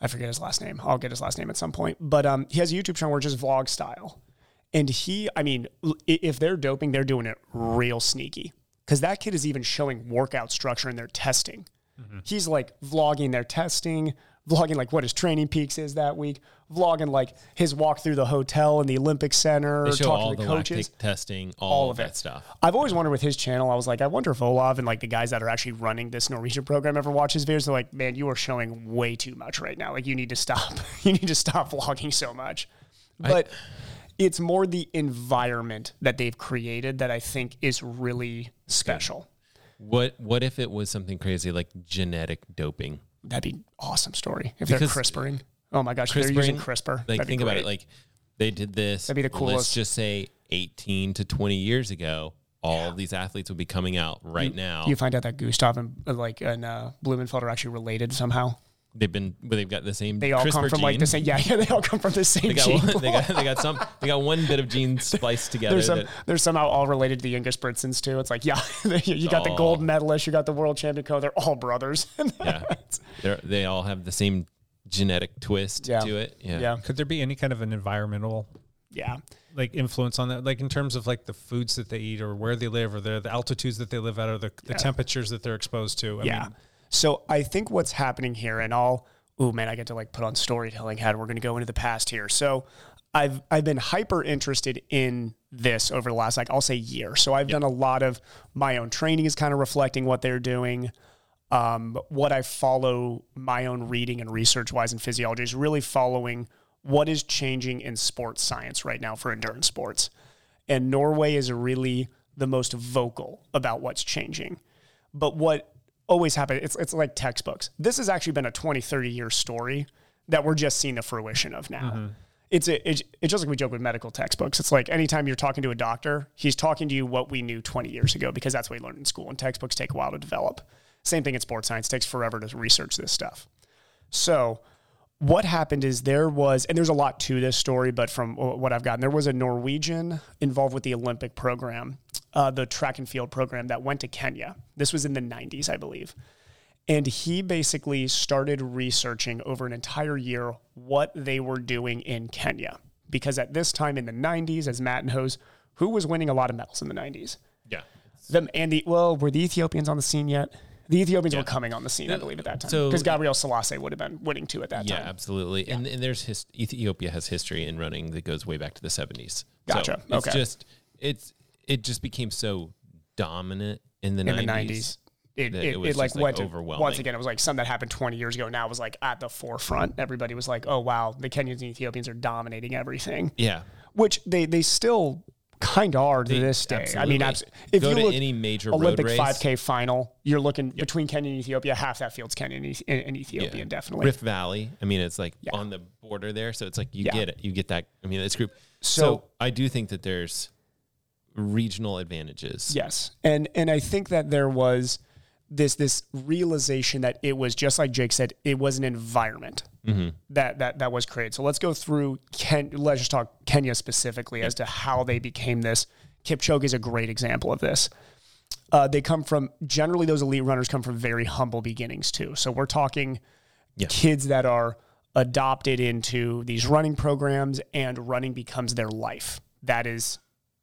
I forget his last name. I'll get his last name at some point. But um, he has a YouTube channel where it's just vlog style. And he, I mean, l- i- if they're doping, they're doing it real sneaky because that kid is even showing workout structure in their testing. Mm-hmm. He's like vlogging their testing, vlogging like what his training peaks is that week, vlogging like his walk through the hotel and the Olympic Center, They show talking all to the coaches. lactic testing, all, All of of that it. stuff. I've always wondered with his channel, I was like, I wonder if Olav and like the guys that are actually running this Norwegian program ever watch his videos. They're like, man, you are showing way too much right now. Like, you need to stop. you need to stop vlogging so much. But it's more the environment that they've created that I think is really special. What What if it was something crazy like genetic doping? That'd be an awesome story if Because- they're CRISPRing. Oh my gosh, if they're using CRISPR. Like that'd be think about great. it. Like they did this. That'd be the Let's coolest. just say eighteen to twenty years ago, all of these athletes would be coming out right now. you find out that Gustav and uh, like and uh, Blumenfeld are actually related somehow. They've been, but they've got the same. They all CRISPR come from like the gene. same. Yeah, yeah, they all come from the same They got, gene one, they pool. got they got some they got one bit of gene spliced together. They're, some, that- they're somehow all related to the Ingus Spritzens too. It's like, yeah, you got the Oh. gold medalist, you got the world champion co. They're all brothers. yeah, They're, they all have the same genetic twist Yeah. to it. Yeah. yeah, Could there be any kind of an environmental yeah. like influence on that, like in terms of like the foods that they eat or where they live or the, the altitudes that they live at or the, the temperatures that they're exposed to? I yeah. mean, so I think what's happening here, and I'll oh man, I get to like put on storytelling head. We're gonna go into the past here. So I've I've been hyper interested in this over the last like I'll say year. So I've done a lot of my own training is kind of reflecting what they're doing. Um, what I follow my own reading and research wise in physiology is really following what is changing in sports science right now for endurance sports. And Norway is really the most vocal about what's changing but what always happens it's, it's like textbooks this has actually been a 20 30 year story that we're just seeing the fruition of now it's, a, it's it's just like we joke with medical textbooks it's like anytime you're talking to a doctor he's talking to you what we knew 20 years ago because that's what we learned in school and textbooks take a while to develop same thing in sports science takes forever to research this stuff so what happened is there was, and there's a lot to this story, but from wh- what I've gotten, there was a Norwegian involved with the Olympic program, uh, the track and field program that went to Kenya. This was in the 90s, I believe. And he basically started researching over an entire year what they were doing in Kenya. Because at this time in the 90s, as Matt knows, who was winning a lot of medals in the 90s? yeah. Them and the, well, were the Ethiopians on the scene yet? The Ethiopians were coming on the scene, I believe, at that time. So- Because Gabriel Selassie would have been winning too at that Yeah, time. absolutely. And, and there's his, Ethiopia has history in running that goes way back to the 70s. Gotcha. So it's Okay. just it's it just became so dominant in the in 90s. the nineties. It, it, that it it, was like just, like, went to- overwhelming. once again. It was like something that happened twenty years ago. Now was like at the forefront. Everybody was like, "Oh wow, the Kenyans and Ethiopians are dominating everything," Yeah. which they they still kind of are to this day. I mean, abs- absolutely. if Go you to look any major road Olympic race. five k final, you're looking between Kenya and Ethiopia. Half that field's Kenyan and, Eth- and and Ethiopian, definitely. Rift Valley. I mean, it's like on the border there, so it's like you Yeah. get it. You get that. I mean, this group. So, So- I do think that there's regional advantages. Yes, and and I think that there was this this realization that it was just like Jake said, it was an environment that that that was created. So let's go through Ken. Let's just talk Kenya specifically as to how they became this. Kipchoge is a great example of this. Uh, they come from generally those elite runners come from very humble beginnings too. So we're talking kids that are adopted into these running programs, and running becomes their life. That is,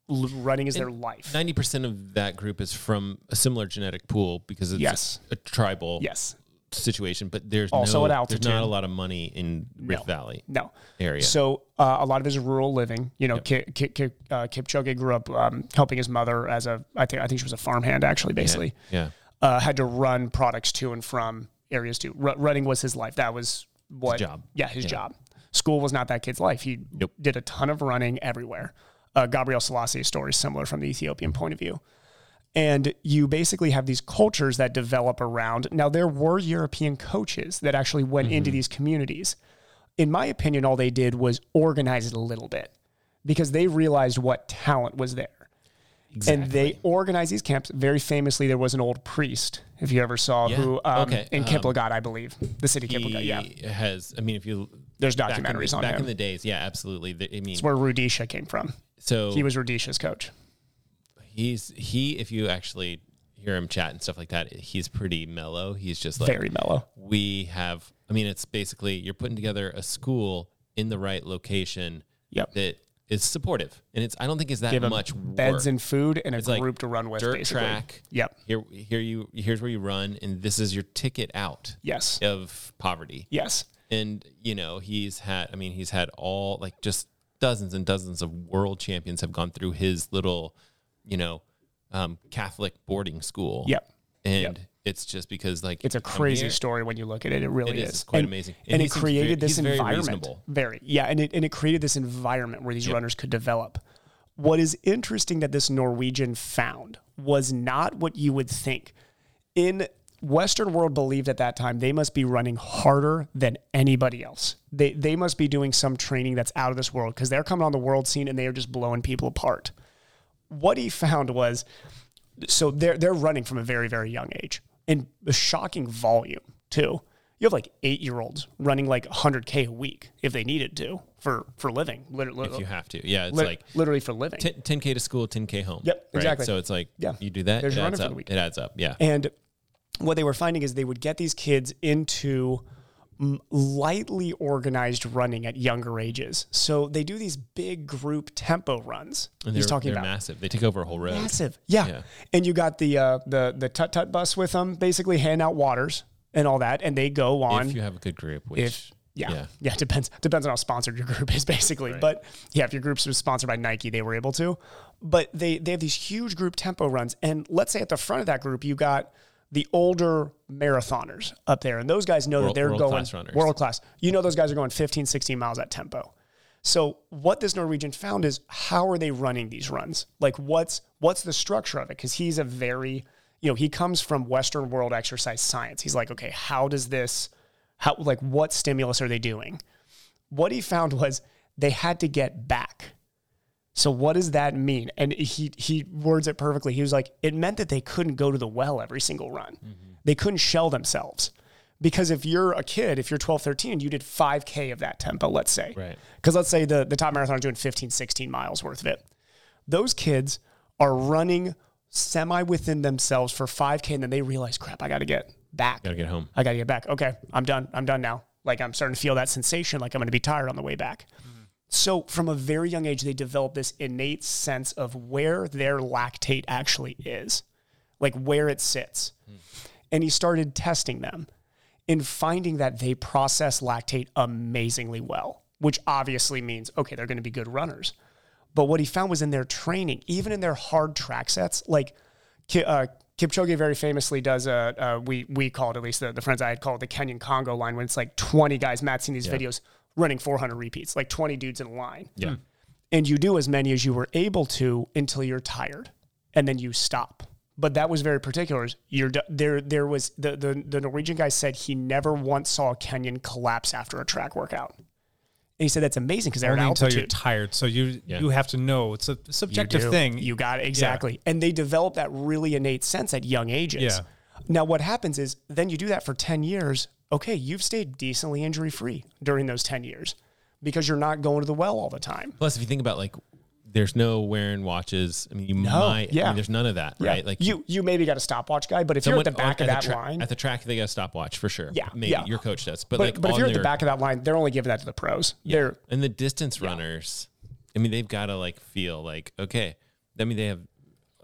l- running is their life. Ninety percent of that group is from a similar genetic pool because it's Yes. a tribal Yes. situation. But there's Also no, at There's not altitude. a lot of money in Rift Valley. No. area. So uh, a lot of his rural living, you know, Ki Ki Ki uh, Kipchoge grew up um, helping his mother as a, I think, I think she was a farmhand actually, basically. Yeah. Uh, had to run products to and from areas too. Ru- running was his life. That was what job. Yeah, his Yeah. job. School was not that kid's life. He Nope. did a ton of running everywhere. Uh, Gabriel Selassie's story is similar from the Ethiopian point of view. And you basically have these cultures that develop around. Now, there were European coaches that actually went Mm-hmm. into these communities. In my opinion, all they did was organize it a little bit because they realized what talent was there. And they organized these camps. Very famously, there was an old priest, if you ever saw, who um, Okay. in Um, Kiplagat, I believe, the city Kiplagat. He Yeah, has. I mean, if you There's back in the- documentaries on back him. in the days. Yeah, absolutely. The- I mean, it's where Rudisha came from. so He was Rudisha's coach. he's he if you actually hear him chat and stuff like that he's pretty mellow he's just like Very mellow. we have i mean it's basically you're putting together a school in the right location Yep. that is supportive and it's i don't think it's that Give him much beds work. and food and a it's group like to run with. dirt basically. track Yep. here here you here's where you run and this is your ticket out Yes. of poverty Yes. and you know he's had i mean he's had all like just dozens and dozens of world champions have gone through his little you know um, catholic boarding school Yep. and it's just because like It's a I'm crazy here- story when you look at it. It really It is. is. It's quite And- amazing. And And, he it seems created very- this he's very environment. reasonable. Very, yeah, and it and it created this environment where these runners could develop. What is interesting that this Norwegian found was not what you would think. In Western world believed at that time they must be running harder than anybody else. They they must be doing some training that's out of this world because they're coming on the world scene and they are just blowing people apart. What he found was so they're they're running from a very very young age in a shocking volume too. you have like eight year olds running like 100k a week if they needed to for for living. Literally, If you have to. Yeah, it's like literally for living. 10, k to school, 10K home. Yep, exactly. So it's like, Yeah. you do that, There's it your adds runner for up. the week. It adds up. Yeah. And what they were finding is they would get these kids into mm, lightly organized running at younger ages. So they do these big group tempo runs. And he's they're- talking they're about massive. They take over a whole road. massive, yeah. Yeah. And you got the uh, the the tut tut bus with them, basically hand out waters and all that, and they go on. If you have a good group, which If- yeah, yeah, depends depends on how sponsored your group is, basically. But yeah, if your group was sponsored by Nike, they were able to. But they they have these huge group tempo runs, and let's say at the front of that group, you got the older marathoners up there, and those guys know World- that they're going world-class runners. world class. You know those guys are going 15, 16 miles at tempo. So what this Norwegian found is how are they running these runs? Like what's what's the structure of it? Because he's a very you know he comes from Western world exercise science. He's like, okay, how does this? How like what stimulus are they doing? What he found was they had to get back. So what does that mean? And he he words it perfectly. He was like, it meant that they couldn't go to the well every single run. Mm-hmm. They couldn't shell themselves. Because if you're a kid, if you're 12, 13, you did 5K of that tempo, let's say. Right. Because let's say the, the top marathon is doing 15, 16 miles worth of it. Those kids are running semi within themselves for 5K and then they realize, crap, I got to get back. Gotta get home. I got to get back. Okay, I'm done. I'm done now. Like I'm starting to feel that sensation, like I'm going to be tired on the way back. So from a very young age, they develop this innate sense of where their lactate actually is, like where it sits. And he started testing them in finding that they process lactate amazingly well, which obviously means, okay, they're going to be good runners. But what he found was in their training, even in their hard track sets, like Ki- uh, Kipchoge very famously does a, uh, we, we call it, at least the, the friends I had called the Kenyan Congo line when it's like 20 guys, Matt's seen these videos running 400 repeats, like 20 dudes in a line. Yeah. And you do as many as you were able to until you're tired and then you stop. But that was very particular. is You're do- there. There was the, the the Norwegian guy said he never once saw a Kenyan collapse after a track workout, and he said that's amazing because they're at Only until you're altitude. tired. So you Yeah. you have to know it's a subjective do. thing. You got it exactly. And they develop that really innate sense at young ages. Yeah. Now what happens is then you do that for 10 years. Okay, you've stayed decently injury free during those 10 years because you're not going to the well all the time. Plus, if you think about like, there's no wearing watches. I mean, you might. I yeah. mean, there's none of that, right? Like you you maybe got a stopwatch guy, but if you're someone at the back on- of that the track- line, at the track, they got a stopwatch for sure. Yeah, maybe yeah. your coach does, but, but, like, but if on you're at the their- back of that line, they're only giving that to the pros. They're and the distance runners, I mean, they've got to like feel like okay. I mean, they have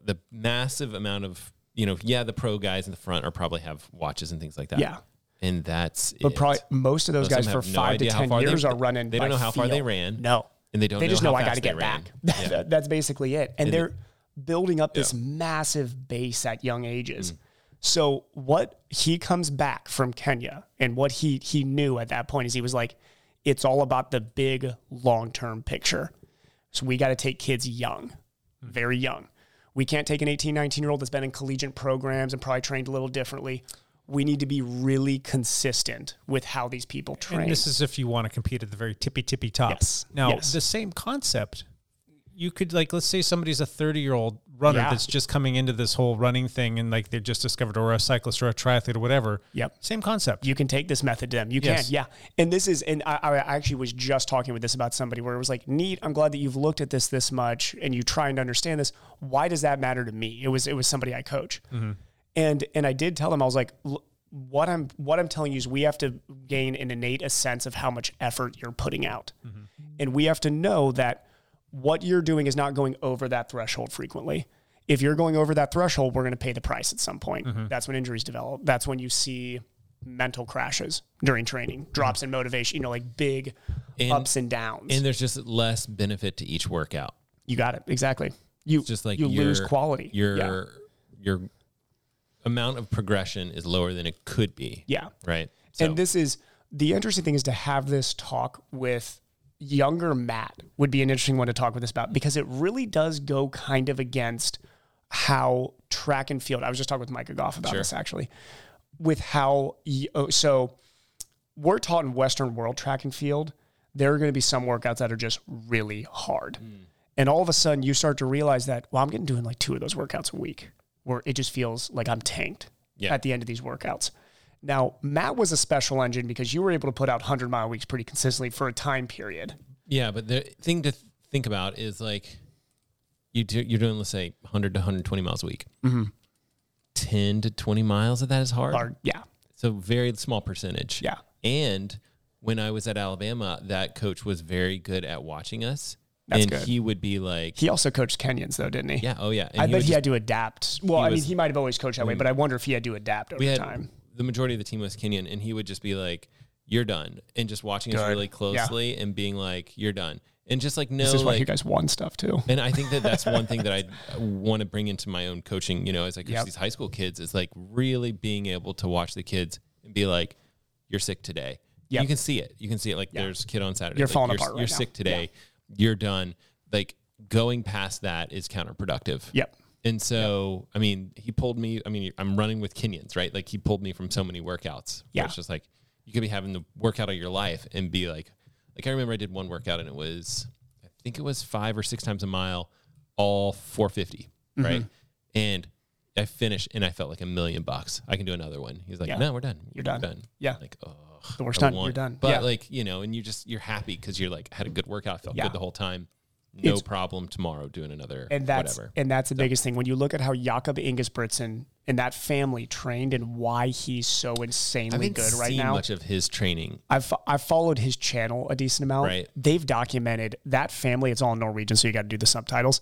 the massive amount of you know, yeah, the pro guys in the front are probably have watches and things like that. Yeah. and that's but it. probably most of those Most of guys them for have no five to idea how ten far they- years are running. they don't by know how far they feel. ran, No, and they don't They know just how know I fast got to they get ran. back. That- That's basically it. And they're building up this massive base at young ages. Mm. So what he comes back from Kenya, and what he he knew at that point is he was like, it's all about the big long term picture. So we got to take kids young, very young. We can't take an 18, 19 year old that's been in collegiate programs and probably trained a little differently. We need to be really consistent with how these people train. And this is if you want to compete at the very tippy tippy top. Yes. Now Yes. the same concept. You could like let's say somebody's a thirty year old runner Yeah. that's just coming into this whole running thing and like they just discovered or a cyclist or a triathlete or whatever. Yep. Same concept. you can take this method to them. You Yes. can, yeah. And this is, and I, I actually was just talking with this about somebody where it was like, neat. I'm glad that you've looked at this this much and you trying to understand this. Why does that matter to me? It was, it was somebody I coach, and and I did tell them I was like, "L- what I'm, what I'm telling you is we have to gain an innate a sense of how much effort you're putting out, Mm-hmm. and we have to know that what you're doing is not going over that threshold frequently. If you're going over that threshold, we're going to pay the price at some point. Mm-hmm. That's when injuries develop. That's when you see mental crashes during training, drops in motivation, you know, like big And- ups and downs. and there's just less benefit to each workout. you got it. Exactly. You just like you your, lose quality. Your yeah. your amount of progression is lower than it could be. Yeah. Right. And this is the interesting thing is to have this talk with younger Matt would be an interesting one to talk with us about because it really does go kind of against how track and field. I was just talking with Micah Goff about this actually, with how y- oh, so we're taught in Western world track and field. There are going to be some workouts that are just really hard. Hmm. And all of a sudden, you start to realize that, well, I'm getting doing like two of those workouts a week where it just feels like I'm tanked Yeah. at the end of these workouts. Now, Matt was a special engine because you were able to put out 100 mile weeks pretty consistently for a time period. Yeah, but the thing to th- think about is like you do, you're doing let's say 100 to 120 miles a week. Mhm. 10 to 20 miles of that is hard. Hard, yeah. So very small percentage. Yeah. And when I was at Alabama, that coach was very good at watching us. That's and good. he would be like, He also coached Kenyans, though, didn't he? yeah, oh yeah. And I he bet would he had to adapt. Well, he I mean, was- Mm. he might have always coached that way, but I wonder if he had to adapt over we had time. the majority of the team was Kenyan, and he would just be like, "You're done," and just watching us Good. really Yeah. closely and being like, "You're done," and just like no, This is why like, you guys won stuff too. and I think that that's one thing that I want to bring into my own coaching. You know, as I coach Yep. these high school kids, is like really being able to watch the kids and be like, "You're sick today." Yeah, Yep. You can see it. You can see it. Like there's a kid on Saturday. You're like, falling you're, apart right You're now. sick today. You're done. Like going past that is counterproductive. Yep. And so, I mean, he pulled me. I mean, I'm running with Kenyans, right? Like he pulled me from so many workouts. where Yeah. It's just like you could be having the workout of your life and be like, like I remember I did one workout and it was, I think it was five or six times a mile, all 450, Mm-hmm. right? And I finished and I felt like a million bucks. I can do another one. He's like, Yeah. no, we're done. You're done. Yeah. Like, oh, The worst I time, you're want- done. But Yeah. like, you know, and you just, you're happy because you're like, I had a good workout. I felt Yeah. good the whole time. No It's- problem tomorrow doing another and that's whatever. and that's the biggest thing when you look at how Jakob Ingesbritsen and that family trained and why he's so I insanely haven't good right seen now. much of his training. I've fo- I've followed his channel a decent amount. Right. They've documented that family. It's all in Norwegian, so you got to do the subtitles.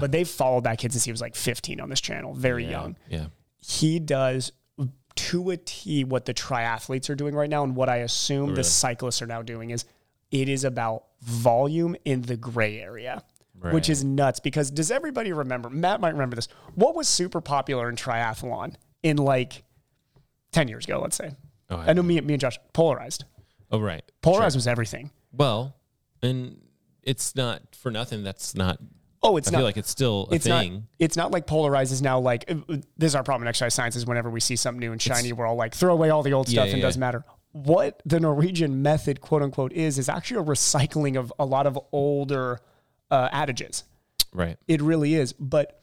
But they've followed that kid since he was like 15 on this channel, very young. Yeah. He does to a T what the triathletes are doing right now, and what I Oh, assume the cyclists are now doing is it is about volume in the gray area. Which is nuts because does everybody remember? Matt might remember this. What was super popular in triathlon in like 10 years ago, let's say? Oh, I I know me, me and Josh, polarized. Oh, right. Polarized was everything. Well, and it's not for nothing. That's not. Oh, it's I not. feel like it's still a it's thing. not. It's not like polarized is now like uh, uh, this is our problem in exercise science is whenever we see something new and shiny, we're all like throw away all the old Yeah, stuff and yeah, it doesn't matter. What the Norwegian method, quote unquote, is is actually a recycling of a lot of older uh, adages. right. It really is, but.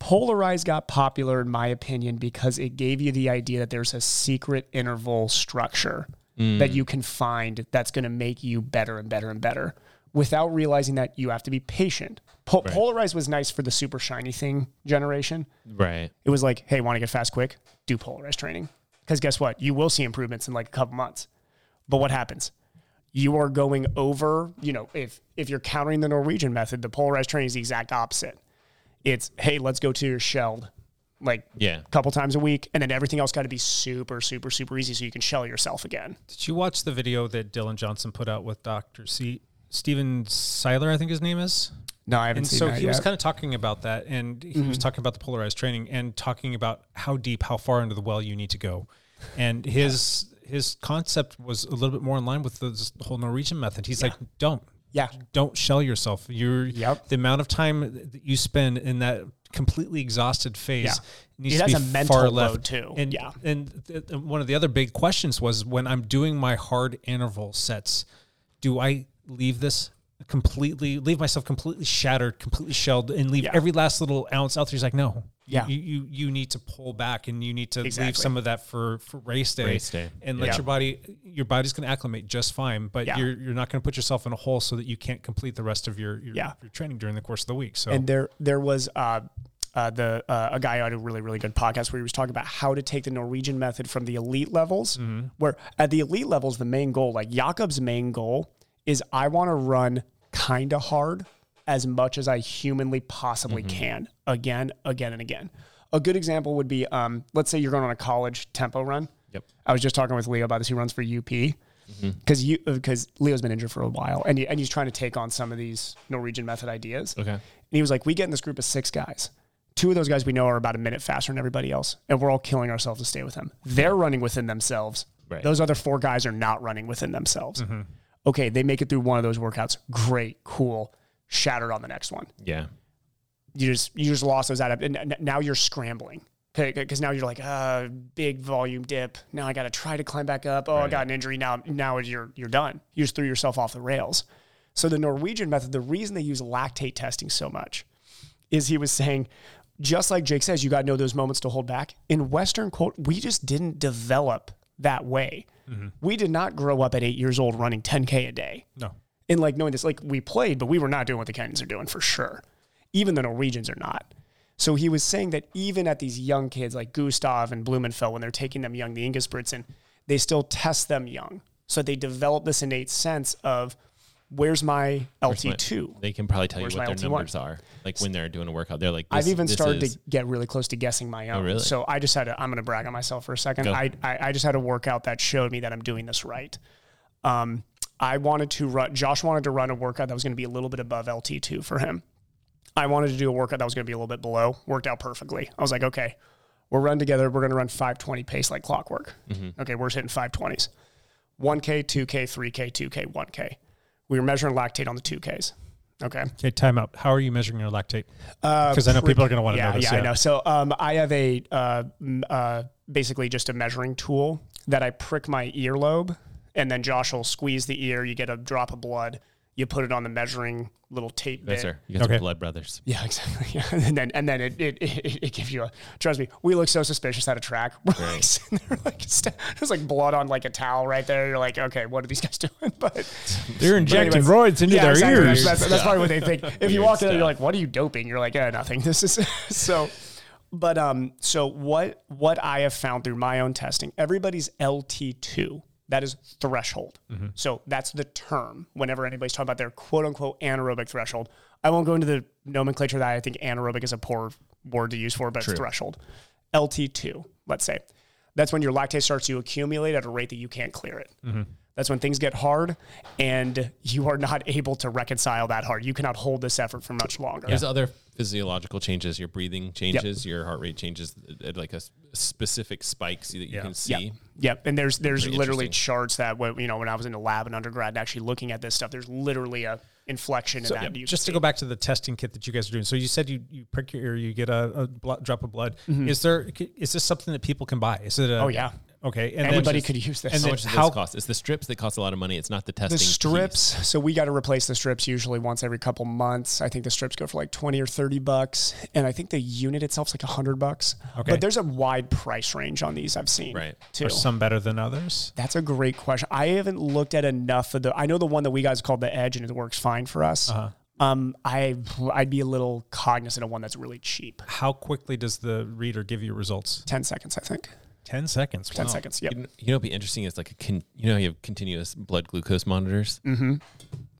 Polarized got popular, in my opinion, because it gave you the idea that there's a secret interval structure that you can find that's going to make you better and better and better without realizing that you have to be patient. Po- Polarized was nice for the super shiny thing generation. Right. It was like, hey, want to get fast quick? Do polarized training. Because guess what? You will see improvements in like a couple months. But what happens? You are going over, you know, if if you're countering the Norwegian method, the polarized training is the exact opposite. It's, hey, let's go to your shelled like Yeah. a couple times a week. And then everything else got to be super, super, super easy so you can shell yourself again. Did you watch the video that Dylan Johnson put out with Dr. C? Steven Seiler, I think his name is. No, I haven't And so he was kind of talking about that, and he Mm-hmm. was talking about the polarized training and talking about how deep, how far into the well you need to go. And his his concept was a little bit more in line with the whole Norwegian method. He's like, don't, Yeah. don't shell yourself. You're Yep. the amount of time that you spend in that completely exhausted phase. Yeah. Needs It to has be a mental far load, left too. And Yeah. and th- and one of the other big questions was when I'm doing my hard interval sets, do I leave this completely, leave myself completely shattered, completely shelled, and leave Yeah. every last little ounce out there? He's like, no, Yeah. you you, you need to pull back and you need to leave Exactly. some of that for for race day, Race day. and let Yeah. your body, your body's going to acclimate just fine, but Yeah. you're you're not going to put yourself in a hole so that you can't complete the rest of your your, Yeah. your training during the course of the week. So And there, there was uh, uh, the uh, a guy on a really, really good podcast where he was talking about how to take the Norwegian method from the elite levels. Where at the elite levels, the main goal, like Jakob's main goal, is I want to run kind of hard as much as I humanly possibly can, again, again, and again. A good example would be, um, let's say you're going on a college tempo run. Yep. I was just talking with Leo about this. He runs for UP because you because Leo's been injured for a while, and he, and he's trying to take on some of these Norwegian method ideas. Okay. And he was like, "We get in this group of six guys. Two of those guys we know are about a minute faster than everybody else, and we're all killing ourselves to stay with them. They're running within themselves. Right. Those other four guys are not running within themselves. Okay, they make it through one of those workouts. Great, cool. Shattered on the next one. Yeah. You just you just lost those out of, and n- now you're scrambling." Because now you're like, uh, big volume dip. Now I got to try to climb back up. Oh, I got an injury. Now, now you're you're done. You just threw yourself off the rails. So the Norwegian method, the reason they use lactate testing so much is he was saying, just like Jake says, you got to know those moments to hold back. In Western quote, we just didn't develop that way. We did not grow up at eight years old running 10K a day No. and like knowing this, like we played, but we were not doing what the Kenyans are doing for sure. Even the Norwegians are not. So he was saying that even at these young kids like Gustav and Blumenfeld, when they're taking them young, the Ingesbritsen, they still test them young. So they develop this innate sense of where's my LT2? They can probably tell Where's you what my their LT1? numbers are. Like when they're doing a workout, they're like, I've this- even this started is- Oh, to get really close to guessing my own. really? So I just had to, I'm going to brag on myself for a second. Go. I, I, I just had a workout that showed me that I'm doing this right. Um, I wanted to run, Josh wanted to run a workout that was going to be a little bit above LT2 for him. I wanted to do a workout that was going to be a little bit below. Worked out perfectly. I was like, okay, we'll run together. We're going to run 520 pace like clockwork. Mm-hmm. Okay, we're just hitting 520s. 1K, 2K, 3K, 2K, 1K. We were measuring lactate on the 2Ks. Okay. Okay, timeout. How are you measuring your lactate? Because I know people are going to want to Uh, yeah, notice. Yeah, I know. So um, I have a uh, m- uh, basically just a measuring tool that I prick my earlobe, and then Josh will squeeze the ear. You get a drop of blood. You put it on the measuring little tape Yes, bit. sir. You guys Okay. are blood brothers. Yeah, exactly. Yeah. And then and then it it, it, it gives you a trust me. We look so suspicious at a track. We're like sitting there like st- there's like blood on like a towel right there. You're like, okay, what are these guys doing? But They're injecting anyways, roids into yeah, their exactly. That's- ears. That's, that's probably what they think. If you Weird walk in there, you're stuff. like, what are you doping? You're like, yeah, nothing. This is so. But um, so what? What I have found through my own testing, everybody's LT two. That is threshold. So that's the term. Whenever anybody's talking about their quote unquote anaerobic threshold, I won't go into the nomenclature that I think anaerobic is a poor word to use for, but it's threshold. LT two, let's say. That's when your lactate starts to accumulate at a rate that you can't clear it. That's when things get hard and you are not able to reconcile that hard. You cannot hold this effort for much longer. There's other physiological changes. Your breathing changes. Your heart rate changes at like a s- specific spikes that you can see. Yep. And there's there's Pretty literally interesting. charts that when you know when I was in the lab in undergrad and actually looking at this stuff, there's literally a inflection in that. you can just to see. go back to the testing kit that you guys are doing. So you said you, you prick your ear, you get a, a blo- drop of blood. Is there is this something that people can buy? Is it a Mm-hmm. Oh, yeah. okay? And Anybody could use this. And How then How much does how this cost? It's the strips that cost a lot of money. It's not the testing. the piece. strips. So we got to replace the strips usually once every couple months. I think the strips go for like 20 or 30 bucks. And I think the unit itself's like 100 bucks. Okay. But there's a wide price range on these I've seen. Right. Too. are some better than others? That's a great question. I haven't looked at enough of the. I know the one that we got is called the Edge, and it works fine for us. Uh-huh. Um, I I'd be a little cognizant of one that's really cheap. How quickly does the reader give you results? Ten seconds, I think. Ten seconds. Ten Oh. Wow. seconds. Yep. You know, you know what'd be interesting is like a con- you know you have continuous blood glucose monitors. Mm-hmm.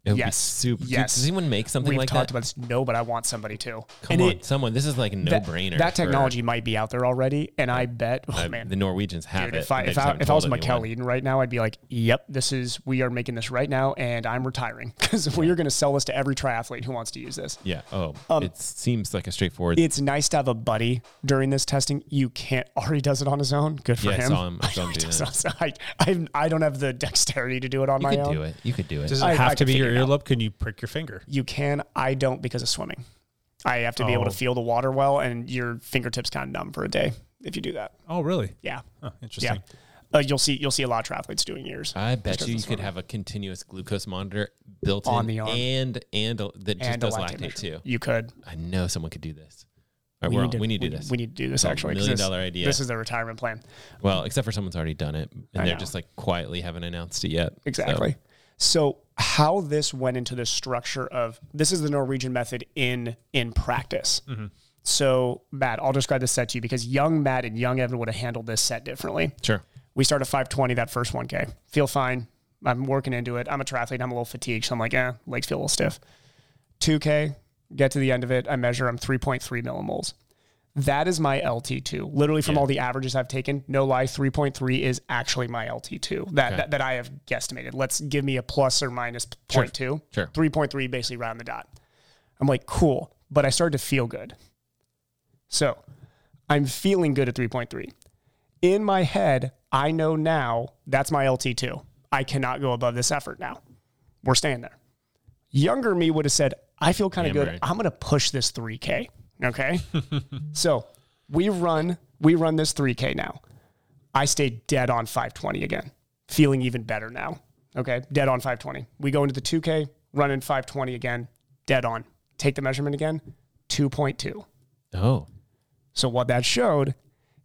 Yes. super. Yes. Does anyone make something We've like talked that? about this. No, but I want somebody to. Come And on, it- someone. This is like a no that, brainer. That technology might be out there already, and I bet. Oh I- man. uh, the Norwegians have Dude, it. if I They if just I, haven't if I was told Mikel anyone. Eden right now, I'd be like, "Yep, this is we are making this right now, and I'm retiring because we are going to sell this to every triathlete who wants to use this." yeah. Oh, it seems like a straightforward. Um, it's nice to have a buddy during this testing. You can't. Ari does it on his own. Good for Yeah, I him. saw him- I saw him He do does that. it on his own. I, I, I don't have the dexterity to do it on you my could own. do it. You could do it. Does it I- have I to can be your figure it earlobe? Can you prick your finger? You can. I don't because of swimming. I have to be able Oh. to feel the water well, and your fingertips kind of numb for a day if you do that. Oh, really? Yeah, Huh, interesting. yeah. Uh, you'll see. You'll see a lot of triathletes doing yours. I bet Just you you this could one. have a continuous glucose monitor built On in the arm. and and a- that just And a does lactate lactate, measure. too. You could. I know someone could do this. All right, we, are on. we need to do this. We need to do this It's a actually. 'cause million this- dollar idea. This is the retirement plan. well, except for someone's already done it, and I they're know. just like quietly haven't announced it yet. So, Exactly. So how this went into the structure of this is the Norwegian method in in practice. So Matt, I'll describe this set to you because young Matt and young Evan would have handled this set differently. sure. We start at 520 that first 1K. Feel fine. I'm working into it. I'm a triathlete. I'm a little fatigued. So I'm like, eh, legs feel a little stiff. 2K, get to the end of it. I measure I'm 3.3 millimoles. That is my LT2. Literally from all the averages I've taken, no lie, 3.3 is actually my LT2 that, that, that I have guesstimated. Let's give me a plus or minus 0.2. Sure. 3.3, basically round the dot. I'm like, cool. But I started to feel good. So I'm feeling good at 3.3. In my head, I know now that's my LT2. I cannot go above this effort now. We're staying there. Younger me would have said, I feel kind of Damn good. right. I'm going to push this 3K. Okay. so we run, we run this 3K now. I stayed dead on 520 again, feeling even better now. Okay. Dead on 520. We go into the 2K, running 520 again, dead on. Take the measurement again, 2.2. Oh, So what that showed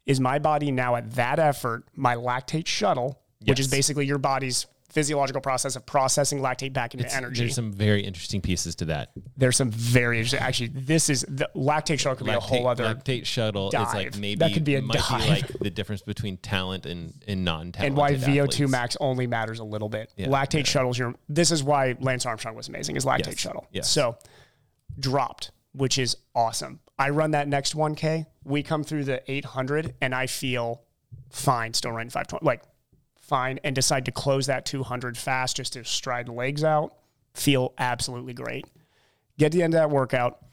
is my body now at that effort, my lactate shuttle, which is Yes. basically your body's physiological process of processing lactate back into It's- energy. There's some very interesting pieces to that. there's some very interesting. Actually, this is the lactate shuttle could be a whole other. lactate shuttle is like dive. maybe That could be a might dive. be like the difference between talent and, and non-talent and why VO2 max only matters a little bit. Yeah, lactate shuttles, your this is why Lance Armstrong was amazing. Is lactate Yes, shuttle. yes. So dropped, which is awesome. I run that next 1K. We come through the 800, and I feel fine. Still running 520, like fine, and decide to close that 200 fast just to stride the legs out. Feel absolutely great. Get to the end of that workout,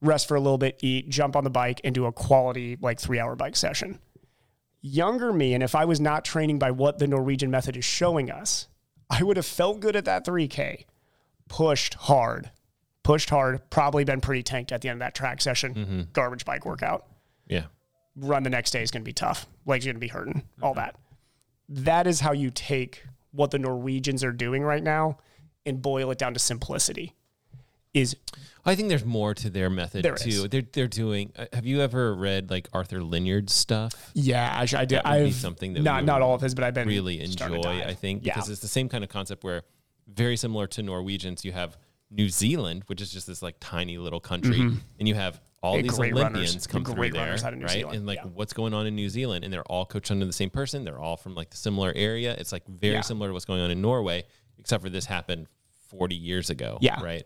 rest for a little bit, eat, jump on the bike, and do a quality like three hour bike session younger me, and if I was not training by what the Norwegian method is showing us, I would have felt good at that 3K, pushed hard, pushed hard, probably been pretty tanked at the end of that track session, Mm-hmm. garbage bike workout. Yeah. Run the next day is going to be tough. Legs are going to be hurting, Mm-hmm. all that. That is how you take what the Norwegians are doing right now and boil it down to simplicity. Is I think there's more to their method There too. is. They're they're doing. uh, Have you ever read like Arthur Linyard's stuff? yeah, I, I did. That would be something that not we not would all of his, but I've been really starting enjoy. to dive. I think yeah. because it's the same kind of concept where very similar to Norwegians, you have New Zealand, which is just this like tiny little country, and you have all And these Mm-hmm. great runners. Olympians come And through great there, runners out of New right? Zealand, And like yeah. what's going on in New Zealand, and they're all coached under the same person. They're all from like the similar area. It's like very Yeah. similar to what's going on in Norway, except for this happened 40 years ago, Yeah. right?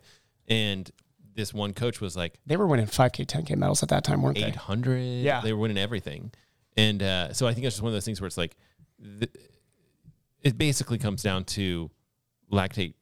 And this one coach was like, they were winning 5K, 10K medals at that time, weren't they? 800 Yeah. they were winning everything and uh, so i think it's just one of those things where it's like th- it basically comes down to lactate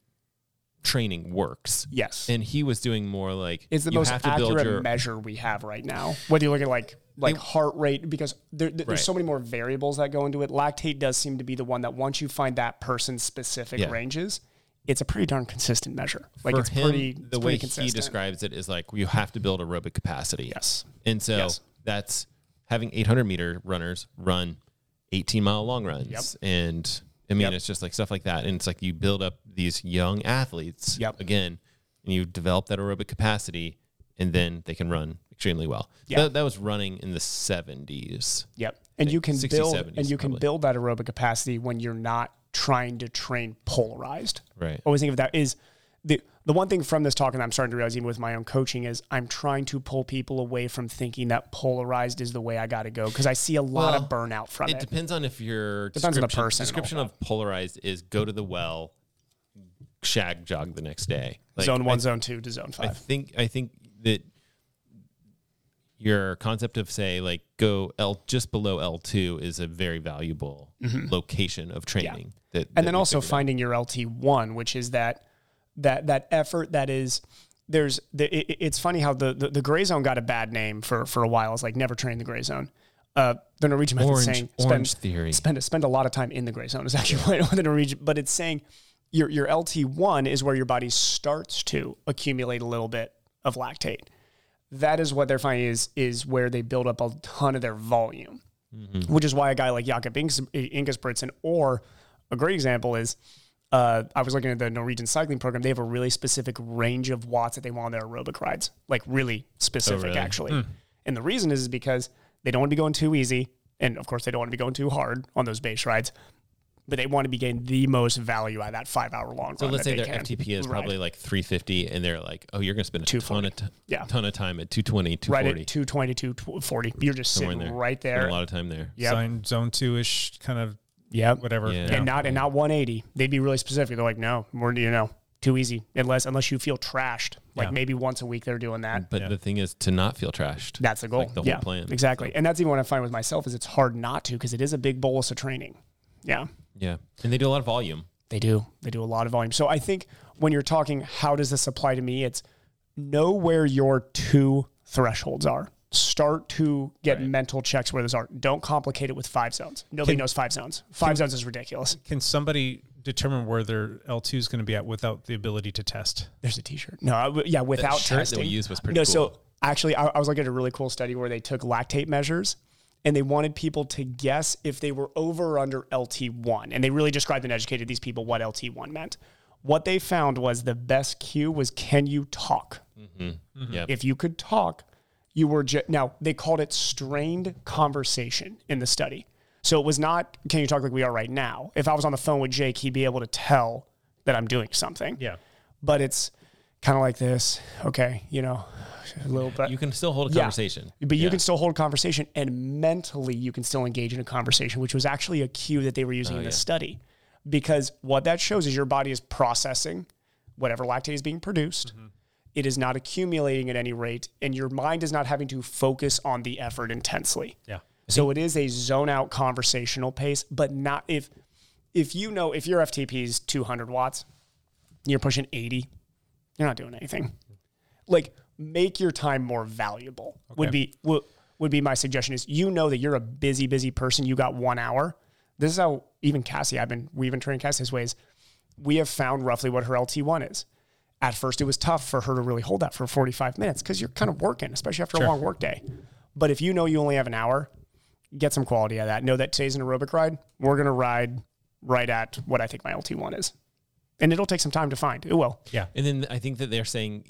training works Yes. and he was doing more like It's the you most have to build accurate your measure we have right now. Whether you look at like like heart rate, because there, there- Right. there's so many more variables that go into it. Lactate does seem to be the one that once you find that person's specific Yeah. ranges, it's a pretty darn consistent measure. Like for it's him pretty the it's way pretty consistent. he describes it is like you have to build aerobic capacity Yes. and so Yes. that's having 800 meter runners run 18 mile long runs Yep. and i mean Yep. it's just like stuff like that and it's like you build up these young athletes Yep. again and you develop that aerobic capacity and then they can run extremely well Yeah. that, that was running in the 70s Yep. And you can 60s, build 70s and you probably. can build that aerobic capacity when you're not trying to train polarized. Right. Always think of that is the the one thing from this talk and I'm starting to realize even with my own coaching is I'm trying to pull people away from thinking that polarized is the way I gotta go. Because I see a lot of Well, burnout from it it. depends on if your Depends on the description- person and all description of polarized is go to the well shag jog the next day Like, zone one, I zone two to zone I five. think I think that your concept of say like go L just below L two is a very valuable location of training. That, that Mm-hmm. and then we also figured finding your LT one, which is that that that effort that is there's the, it, it- it's funny how the, the the gray zone got a bad name for for a while. It's like never train the gray zone. Uh, the Norwegian method is Orange- saying orange theory. spend spend a lot of time in the gray zone is actually what the Norwegian, but it's saying your your LT one is where your body starts to accumulate a little bit of lactate. That is what they're finding is is where they build up a ton of their volume which is why a guy like Jakob Inges- Ingesbritsen, or a great example is uh, I was looking at the Norwegian cycling program. They have a really specific range of watts that they want on their aerobic rides, like really specific, really? Hmm. actually. And the reason is, is because they don't want to be going too easy. And of course, they don't want to be going too hard on those base rides, but they want to be getting the most value out of that five hour long So run. let's that say they their can. FTP is Right. probably like 350, and they're like, "Oh, you're going to spend a ton 240. of, t- Yeah. ton of time at 220, right at 220 240, to 240. You're just somewhere in sitting there. right Spend there. a lot of time there. Yep. Zone, zone two ish kind of Yep. whatever. Yeah. and not and not 180. They'd be really specific. They're like, no, we're you know too easy unless unless you feel trashed. Like Yeah. maybe once a week they're doing that. But the thing is to not feel trashed. That's the goal. Mm. Like the whole yeah, plan. exactly. And that's even what I find with myself is it's hard not to because it is a big bolus of training. Yeah, Yeah, and they do a lot of volume. they do. They do a lot of volume. So I think when you're talking, how does this apply to me? It's know where your two thresholds are. Start to get mental checks where those are. Don't complicate it with five zones. Nobody knows five zones. Five zones is ridiculous. Can somebody determine where their L2 is going to be at without the ability to test? There's a T-shirt. No, I- yeah, without shirt that testing. we used was pretty No, cool. so actually, I, I was looking at a really cool study where they took lactate measures and they wanted people to guess if they were over or under LT one, and they really described and educated these people what LT one meant. What they found was the best cue was can you talk? Yeah. If you could talk, you were ju- now they called it strained conversation in the study. So it was not can you talk like we are right now. If I was on the phone with Jake, he'd be able to tell that I'm doing something. Yeah. But it's kind of like this. Okay, you know, a little bit. You can still hold a Yeah. conversation. But you Yeah. can still hold conversation and mentally you can still engage in a conversation, which was actually a cue that they were Oh, using in the study. Because what that shows is your body is processing whatever lactate is being produced. It is not accumulating at any rate, and your mind is not having to focus on the effort intensely. Yeah. So it is a zone out conversational pace, but not if if you know if your FTP is 200 watts, you're pushing 80, you're not doing anything. Like make your time more valuable would be would, would be my suggestion is you know that you're a busy busy person, you got 1 hour. This is how even Cassie I've been we've been training Cassie this ways. We have found roughly what her LT1 is. At first it was tough for her to really hold that for 45 minutes cuz you're kind of working, especially after a long work day. But if you know you only have an hour, get some quality out of that. Know that today's an aerobic ride. We're gonna ride right at what I think my LT one is, and it'll take some time to find. It will. Yeah. And then I think that they're saying,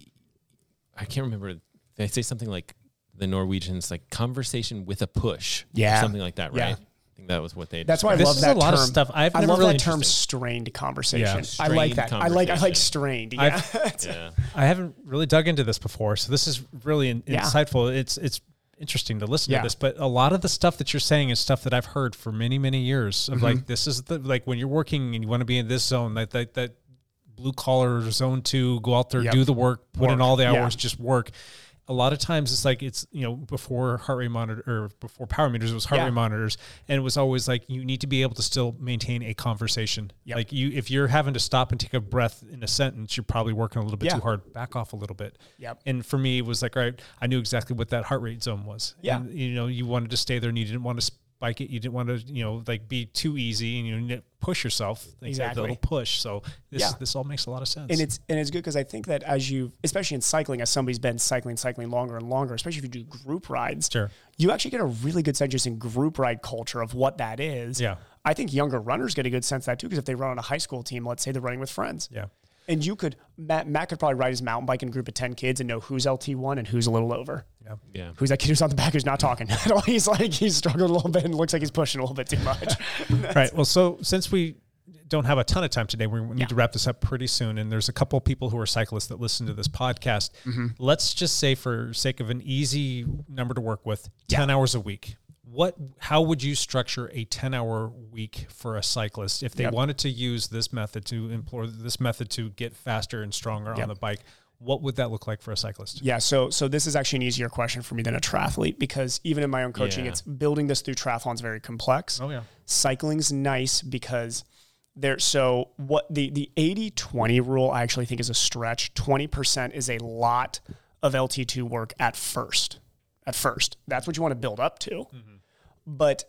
I can't remember. They say something like the Norwegians, like conversation with a push. Yeah. Something like that, right? Yeah. I think that was what they. That's why I described. love that is a lot of term. stuff I've I never love really that term interested. strained conversation. Yeah, I like strained that. I like I like conversation. strained. Yeah. I've- Yeah. I haven't really dug into this before, so this is really in- Yeah. insightful. It's it's interesting to listen Yeah. to this, but a lot of the stuff that you're saying is stuff that I've heard for many many years. Of Mm-hmm. like this is the like when you're working and you want to be in this zone that that that blue collar zone two, go out there, Yep. do the work, put in Work. all the Yeah. hours, just work. A lot of times it's like it's you know before heart rate monitor or before power meters it was heart Yeah. rate monitors and it was always like you need to be able to still maintain a conversation Yep. like you if you're having to stop and take a breath in a sentence you're probably working a little bit Yeah. too hard hard, back off a little bit. Yep. And for me, it was like, all right, I knew exactly what that heart rate zone was. Yeah. And, you know, you wanted to stay there and you didn't want to spike it. You didn't want to, you know, like be too easy and you know, push yourself. Like Exactly. A little push. So this, Yeah. this all makes a lot of sense. And it's and it's good because I think that as you, especially in cycling, as somebody's been cycling, cycling longer and longer, especially if you do group rides, Sure. you actually get a really good sense just in group ride culture of what that is. Yeah. I think younger runners get a good sense of that too because if they run on a high school team, let's say they're running with friends, yeah. and you could Matt, Matt could probably ride his mountain bike in a group of ten kids and know who's LT one and who's a little over. Yeah. Yeah. Who's that kid who's on the back who's not talking at all? He's like he's struggling a little bit and looks like he's pushing a little bit too much. All right. Well, so since we don't have a ton of time today, we need to wrap this up pretty soon. And there's a couple people who are cyclists that listen to this podcast. Mm-hmm. Let's just say, for sake of an easy number to work with, ten hours a week. What? How would you structure a ten-hour week for a cyclist if they wanted to use this method to implore this method to get faster and stronger on the bike? What would that look like for a cyclist? Yeah, so so this is actually an easier question for me than a triathlete because even in my own coaching, Yeah. it's building this through triathlons very complex. Oh yeah, Cycling's nice because there so what the the 80-20 rule I actually think is a stretch. 20% is a lot of LT2 work at first. At first. That's what you want to build up to. Mm-hmm. But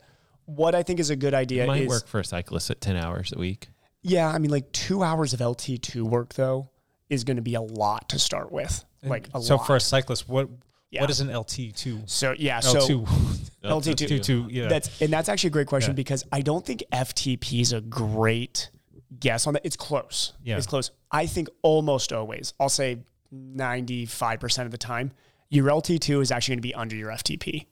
what I think is a good idea Might is work for a cyclist at 10 hours a week. yeah, I mean, like two hours of LT2 work though is going to be a lot to start with. Like a so lot. for a cyclist, what Yeah. what is an LT two? so yeah, L so two Uh, LT2. two two yeah. That's and that's actually a great question because I don't think FTP is a great guess on that. It's close. Yeah. It's close. I think almost always, I'll say 95% of the time, your LT2 is actually going to be under your FTP.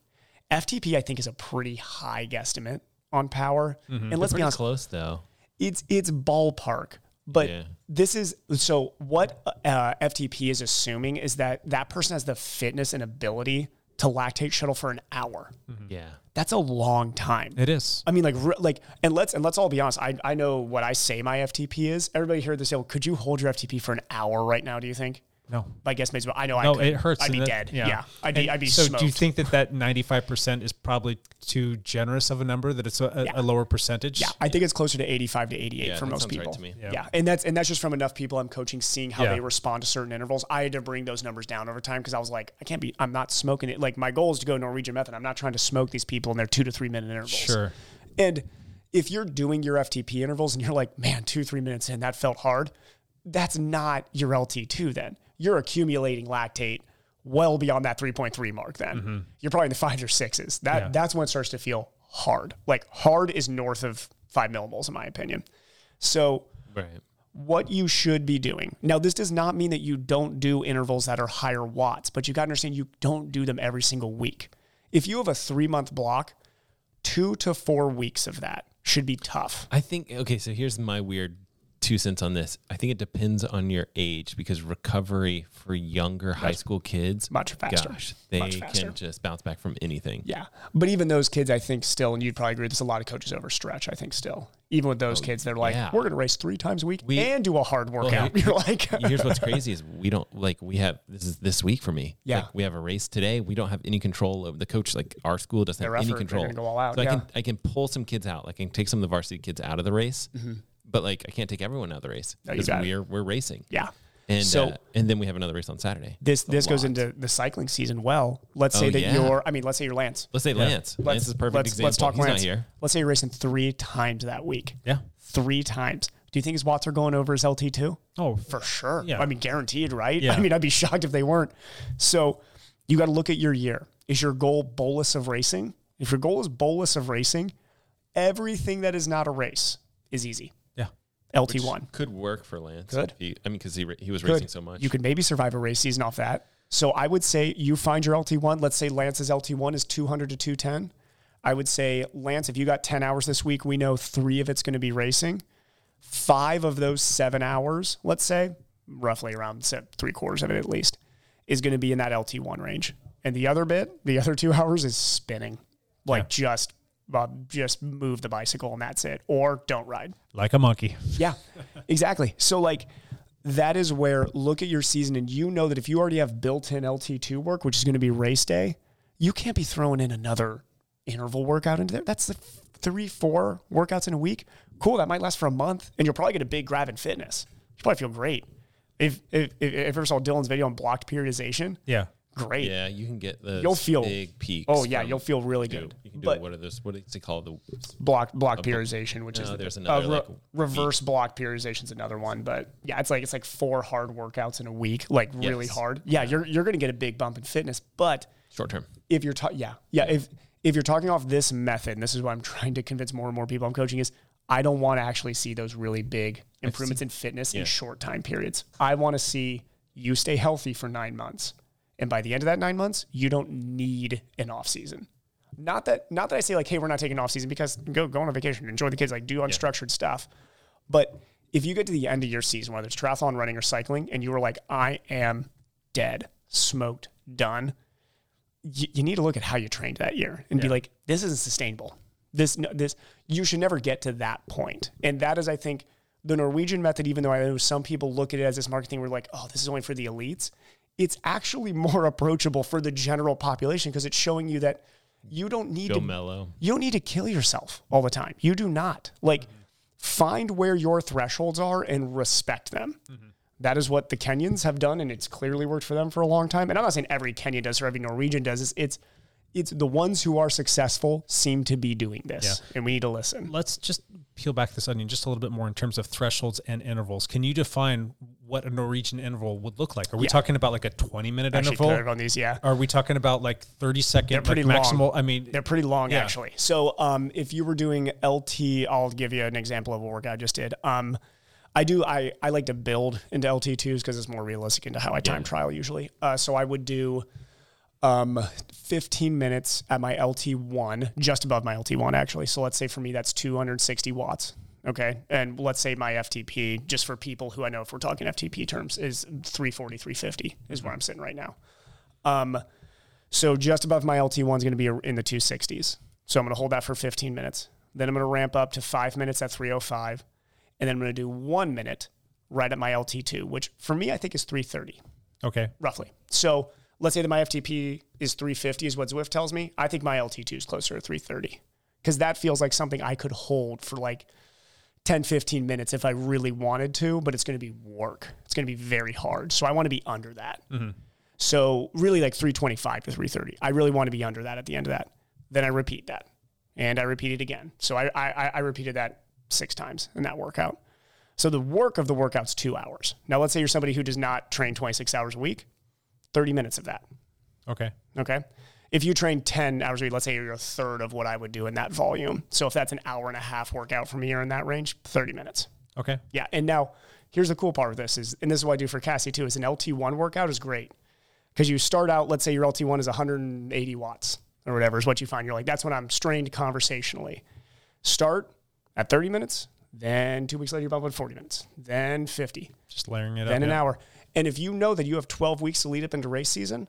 FTP, I think, is a pretty high guesstimate on power. And let's be Pretty honest, close, though. it's it's ballpark but Yeah. this is so what uh, ftp is assuming is that that person has the fitness and ability to lactate shuttle for an hour Yeah. that's a long time it is. i mean like re- like and let's and let's all be honest i, I know what i say my ftp is everybody heard this say well, could you hold your ftp for an hour right now do you think No, my guess is i know i No, could. it hurts. i'd and be that- dead yeah, i'd be And i'd be so. smoked. Do you think that that ninety five percent is probably too generous of a number? That it's a, a, Yeah. a lower percentage. Yeah, I think it's closer to 85 to 88 Yeah, for that most sounds right people. to me. Yeah. Yeah. and that's and that's just from enough people I'm coaching, seeing how Yeah. they respond to certain intervals. I had to bring those numbers down over time because I was like, I can't be, I'm not smoking it. Like my goal is to go Norwegian method. I'm not trying to smoke these people in their two to three minute intervals. Sure. And if you're doing your FTP intervals and you're like, man, two three minutes in, that felt hard. That's not your LT2. Then you're accumulating lactate well beyond that 3.3 mark. Then you're probably in the fives or sixes. That Mm-hmm. Yeah. that's when it starts to feel hard. Like hard is north of five millimoles, in my opinion. So Right. what you should be doing. Now, this does not mean that you don't do intervals that are higher watts, but you got to understand you don't do them every single week. If you have a three month block, two to four weeks of that should be tough. I think okay, so here's my weird two cents on this. I think it depends on your age because recovery for younger high school kids much faster. Gosh, they Much faster. can just bounce back from anything. Yeah. But even those kids, I think still, and you'd probably agree with this, a lot of coaches overstretch, I think still. Even with those kids, they're like, Oh, yeah. we're going to race three times a week We- and do a hard workout. here- You're like, Here's what's crazy is we don't like we have this is this week for me. Yeah. Like, we have a race today. We don't have any control of the coach. Like our school doesn't Their have any effort, they're control. gonna go all out, So I yeah. can I can pull some kids out. Like I can take some of the varsity kids out of the race. But like I can't take everyone out of the race Mm-hmm. No, you because got it. we're we're racing. yeah. And So- so and then we have another race on Saturday. This, A this goes lot. into the cycling season well. Let's say Oh, that yeah. you're, I mean, let's say you're Lance. Let's say Lance. Lance is a perfect let's, example. Let's talk He's Lance. not here. Let's say you're racing three times that week. Yeah. Three times. Do you think his watts are going over his LT two? Oh, for sure. Yeah. I mean, guaranteed, right? Yeah. I mean, I'd be shocked if they weren't. So you got to look at your year. Is your goal bolus of racing? If your goal is bolus of racing, everything that is not a race is easy. yeah. LT one. Could work for Lance. Could. He, I mean, because he, ra- he was racing Good. so much. You could maybe survive a race season off that. So I would say you find your LT1. Let's say Lance's LT1 is 200 to 210. I would say, Lance, if you got 10 hours this week, we know three of it's going to be racing. Five of those seven hours, let's say, roughly around se- three quarters of it at least, is going to be in that LT1 range. And the other bit, the other two hours is spinning, like just. Uh, just move the bicycle and that's it, or don't ride. Like a monkey. Yeah, exactly. So like that is where look at your season and you know that if you already have built-in LT2 work, which is going to be race day, you can't be throwing in another interval workout into there. That's the f- three, four workouts in a week. Cool, that might last for a month, and you'll probably get a big grab in fitness. You probably feel great. If if if, if you ever saw Dylan's video on blocked periodization, Yeah. great. yeah, you can get the You'll feel- big peaks. Oh yeah, from- you'll feel really you know, good. You can do But what are those? What is it called? The block block periodization, which No, is the- there's another, uh, like, reverse block periodization is another one. But yeah, it's like it's like four hard workouts in a week, like really Yes. hard. Yeah, you're you're gonna get a big bump in fitness, but short term. if you're ta- yeah yeah if if you're talking off this method, and this is what I'm trying to convince more and more people I'm coaching is I don't want to actually see those really big improvements in fitness in short time periods. I want to see you stay healthy for nine months, and by the end of that nine months, you don't need an off season. Not that not that I say like, hey, we're not taking off season because go go on a vacation, enjoy the kids, like do unstructured stuff. But if you get to the end of your season, whether it's triathlon, running, or cycling, and you were like, I am dead, smoked, done, you, you need to look at how you trained that year and be like, this isn't sustainable. This, no, this, you should never get to that point. And that is, I think, the Norwegian method, even though I know some people look at it as this marketing, we're like, oh, this is only for the elites. It's actually more approachable for the general population because it's showing you that you don't need Go to mellow. you don't need to kill yourself all the time. You do not. Like, find where your thresholds are and respect them. That is what the Kenyans have done, and it's clearly worked for them for a long time. And I'm not saying every Kenyan does or every Norwegian does. It's it's, it's the ones who are successful seem to be doing this, and we need to listen. Let's just peel back this onion just a little bit more in terms of thresholds and intervals. Can you define what a Norwegian interval would look like? Are we Yeah. talking about like a 20 minute Actually, interval? clear on these, yeah. Are we talking about like 30 second They're pretty like, long. maximal? I mean, They're pretty long, Yeah. actually. So um, if you were doing LT, I'll give you an example of a workout I just did. Um, I do. I, I like to build into LT2s because it's more realistic into how I time trial usually. Uh, so I would do um, 15 minutes at my LT1, just above my LT1 actually. So let's say for me that's 260 watts. Okay, and let's say my FTP, just for people who I know, if we're talking FTP terms, is 340, 350 is where I'm sitting right now. Um, so just above my LT1 is going to be in the 260s. So I'm going to hold that for 15 minutes. Then I'm going to ramp up to five minutes at 305. And then I'm going to do one minute right at my LT2, which for me, I think is 330 okay. roughly. So let's say that my FTP is 350 is what Zwift tells me. I think my LT2 is closer to 330 because that feels like something I could hold for like 10, 15 minutes if I really wanted to, but it's going to be work. It's going to be very hard. So I want to be under that. So really like 325 to 330. I really want to be under that at the end of that. Then I repeat that and I repeat it again. So I, I, I- I repeated that six times in that workout. So the work of the workout's two hours. Now, let's say you're somebody who does not train 26 hours a week, 30 minutes of that. Okay. Okay. If you train 10 hours a week, let's say you're a third of what I would do in that volume. So if that's an hour and a half workout from here in that range, 30 minutes. Okay. Yeah. And now Here's the cool part of this is, and this is what I do for Cassie too, is an LT1 workout is great because you start out, let's say your LT1 is 180 watts or whatever is what you find. You're like, that's when I'm strained conversationally. Start at 30 minutes, then two weeks later you bump up to 40 minutes, then 50, Just layering it up. then an yeah. hour. And if you know that you have 12 weeks to lead up into race season,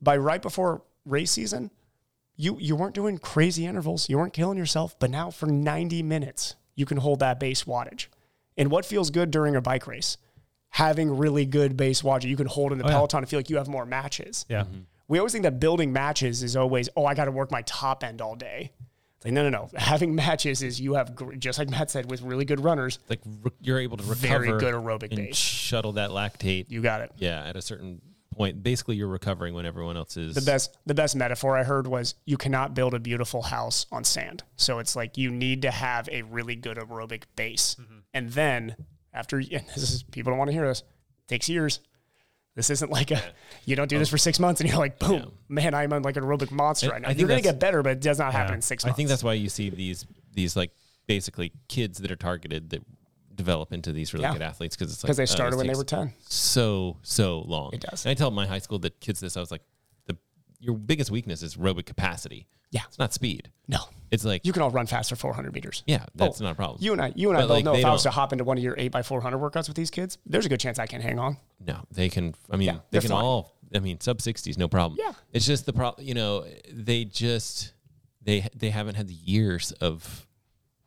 by right before race season, you you weren't doing crazy intervals, you weren't killing yourself, but now for 90 minutes, you can hold that base wattage. And what feels good during a bike race? Having really good base wattage. You can hold in the Oh, yeah. peloton and feel like you have more matches. Yeah. We always think that building matches is always, oh, I got to work my top end all day. It's like, no, no, no. Having matches is you have, gr- just like Matt said, with really good runners, Like re- you're able to recover Very good aerobic and base. Shuttle that lactate. you got it. yeah, at a certain point, basically you're recovering when everyone else is The best, the best metaphor I heard was you cannot build a beautiful house on sand. So it's like you need to have a really good aerobic base, Mm-hmm. and then after, and this is people don't want to hear this. takes years. This isn't like a you don't do this for six months and you're like boom, man, I'm like an aerobic monster And right now. I think You're gonna that's- get better, but it does not happen in six months. I think that's why you see these these like basically kids that are targeted that develop into these really Yeah. good athletes because it's like because they oh, this started when they takes were ten. so so long. It does. And I tell my high school that kids this I was like the your biggest weakness is aerobic capacity. Yeah. it's not speed. No, It's like you can all run faster 400 meters. yeah, that's Oh, not a problem. You and I, you and I But, both like, know they if I was to don't- hop into one of your eight by 400 workouts with these kids, there's a good chance I can hang on. No, they can. I mean, Yeah, they they're can fine. all. I mean, sub sixties, no problem. Yeah. it's just the problem. You know, they just they they haven't had the years of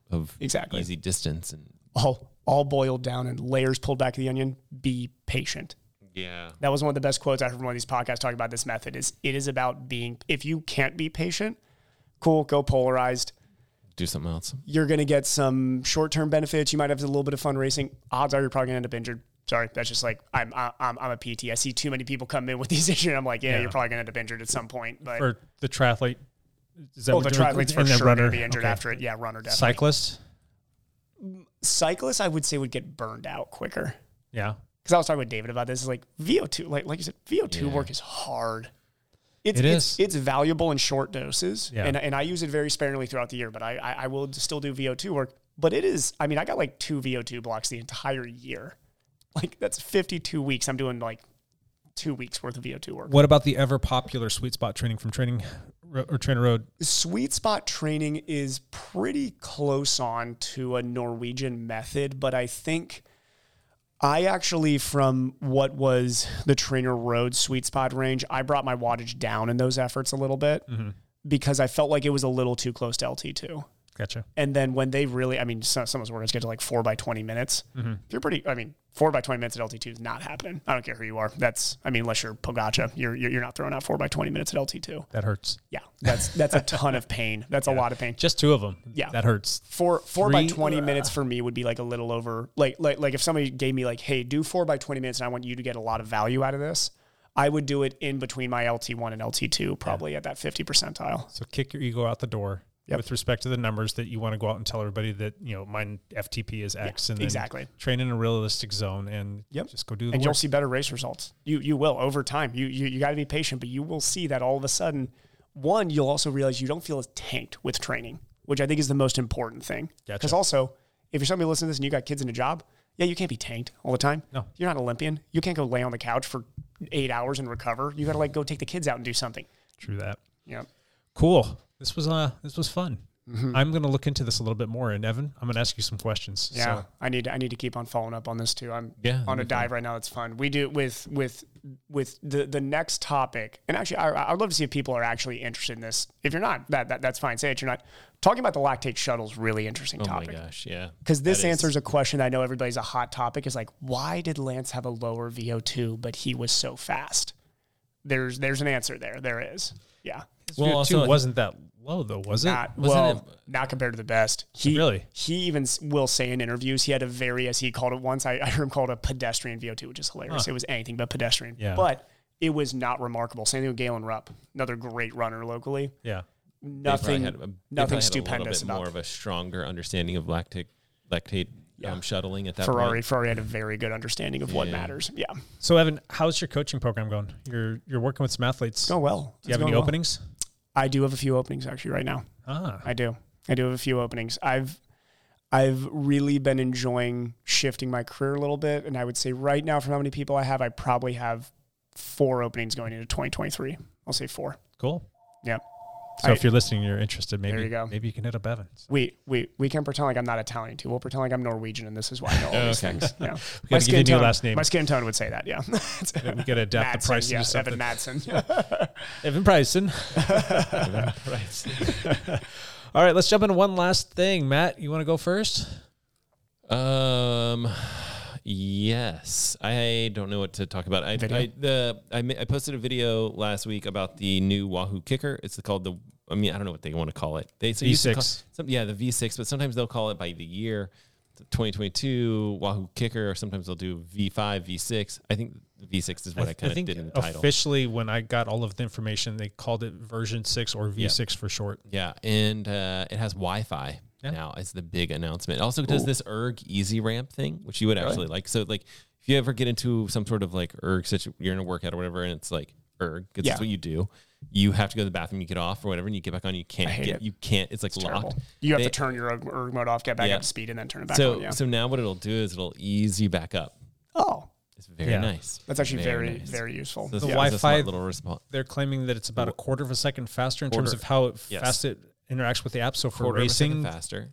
of Exactly. easy distance and All, all boiled down and layers pulled back of the onion. Be patient. yeah. That was one of the best quotes I heard from one of these podcasts talking about this method. Is it is about being. If you can't be patient, cool, go polarized. Do something else. You're gonna get some short term benefits. You might have a little bit of fun racing. Odds are you're probably gonna end up injured. Sorry, that's just like I'm. I- I'm. I'm a PT. I see too many people come in with these issues. and I'm like, yeah, you're probably gonna end up injured at some point. But For the triathlete. Is that oh, what the you're- triathletes for and then sure gonna runner. be injured Okay. after it. Yeah, runner definitely. Cyclist. cyclists, I would say, would get burned out quicker. Yeah. Because I was talking with David about this. Is like VO2, like like you said, VO2 Yeah. work is hard. It's, It it's, is. It's valuable in short doses, Yeah. and and I use it very sparingly throughout the year. But I, I I will still do VO2 work. But it is. I mean, I got like two VO2 blocks the entire year. Like that's 52 weeks. I'm doing like two weeks worth of VO2 work. What about the ever popular sweet spot training from training Ro- or trainer road? sweet spot training is pretty close on to a Norwegian method, but I think I actually, from what was the trainer road sweet spot range, I brought my wattage down in those efforts a little bit because I felt like it was a little too close to LT2. Gotcha. And then when they really, I mean, some, some of those workouts get to like four by 20 minutes. You're pretty, I mean, four by 20 minutes at LT2 is not happening. I don't care who you are. That's, I mean, unless you're Pogacha, you're, you're you're not throwing out four by 20 minutes at LT2. That hurts. Yeah, that's that's a ton of pain. That's a lot of pain. Just two of them. Yeah. That hurts. Four four by Three- twenty minutes for me would be like a little over. Like like like if somebody gave me like, hey, do four by twenty minutes, and I want you to get a lot of value out of this. I would do it in between my LT one and LT two, probably at that fifty percentile. So kick your ego out the door Yep. with respect to the numbers that you want to go out and tell everybody that you know mine FTP is X and then exactly. train in a realistic zone and Yep. just go do the and work. you'll see better race results. You you will over time. You you, you got to be patient, but you will see that all of a sudden, one you'll also realize you don't feel as tanked with training, which I think is the most important thing. Gotcha. Because also, if you're somebody listening to this and you got kids and a job, yeah, you can't be tanked all the time. No. you're not an Olympian. You can't go lay on the couch for eight hours and recover. You got to like go take the kids out and do something. True that. Yeah. Cool. This was uh this was fun. Mm-hmm. I'm gonna look into this a little bit more. And Evan, I'm gonna ask you some questions. Yeah, So I need to, I need to keep on following up on this too. I'm Yeah, that'd on a be fun. dive right now. It's fun. We do with with with the the next topic, and actually, I, I'd love to see if people are actually interested in this. If you're not, that, that that's fine. Say it. You're not talking about the lactate shuttle's really interesting Oh topic my gosh, yeah. because this That is- answers a question I know everybody's a hot topic is like why did Lance have a lower VO2 but he was so fast? There's there's an answer there. There is. Yeah. his Well, VO2 also, I think- wasn't that low though, was it? not wasn't well, not compared to the best. He Really? he even s- will say in interviews he had a very as he called it once. I, I heard him call it a pedestrian VO2, which is hilarious. It was anything but pedestrian. Yeah. But it was not remarkable. Same thing with Galen Rupp, another great runner locally. Yeah. they probably Nothing, had a- they probably nothing had a little stupendous bit about more of a stronger understanding of lactic lactate um, shuttling at that Ferrari. point. Ferrari had a very good understanding of what matters. Yeah, So Evan, how's your coaching program going? You're you're working with some athletes. go Oh, well. do you have It's any going well. openings? I do have a few openings actually right now. Ah. I do. I do have a few openings. I've I've really been enjoying shifting my career a little bit. And I would say right now, from how many people I have, I probably have four openings going into 2023. I'll say four. Cool. Yep. So I- if you're listening, and you're interested. Maybe There you go. Maybe you can hit up Evans. We, we, we can pretend like I'm not Italian too. We'll pretend like I'm Norwegian and this is why I know all these Okay. things. Yeah. My give you a new tone, last name. My skin tone would say that. Yeah. We got to adapt the pricing yeah, to something. Evan Madsen. Yeah. Evan Bryson. Evan Bryson. All right, let's jump into one last thing. Matt, you want to go first? Um. Yes, I don't know what to talk about. I, I the I, ma- I posted a video last week about the new Wahoo kicker. It's called the. I mean, I don't know what they want to call it. They so used to call- V6. some, yeah, the V6, but sometimes they'll call it by the year, 2022 Wahoo kicker, or sometimes they'll do V5, V6. I think V6 is what I, kind of think did in the title. officially when I got all of the information, they called it version six or V6 for short. Yeah, and uh, it has Wi-Fi now. It's the big announcement. It also does this erg easy ramp thing, which you would actually like. So like, if you ever get into some sort of like erg situ, you're in a workout or whatever, and it's like erg, 'cause Yeah. that's what you do. You have to go to the bathroom, you get off or whatever, and you get back on. You can't hate get, it. you can't. It's like locked. Terrible. You have They- to turn your erg- erg mode off, get back Yeah. up to speed, and then turn it back so on. Yeah. so now what it'll do is it'll ease you back up. oh, It's very Yeah. nice. that's actually very, very, nice. useful. So this The is a smart Wi-Fi- little response. They're claiming that it's about a quarter of a second faster in terms Quarter. of how it Yes. fast it interacts with the app. So for quarter of a second racing, faster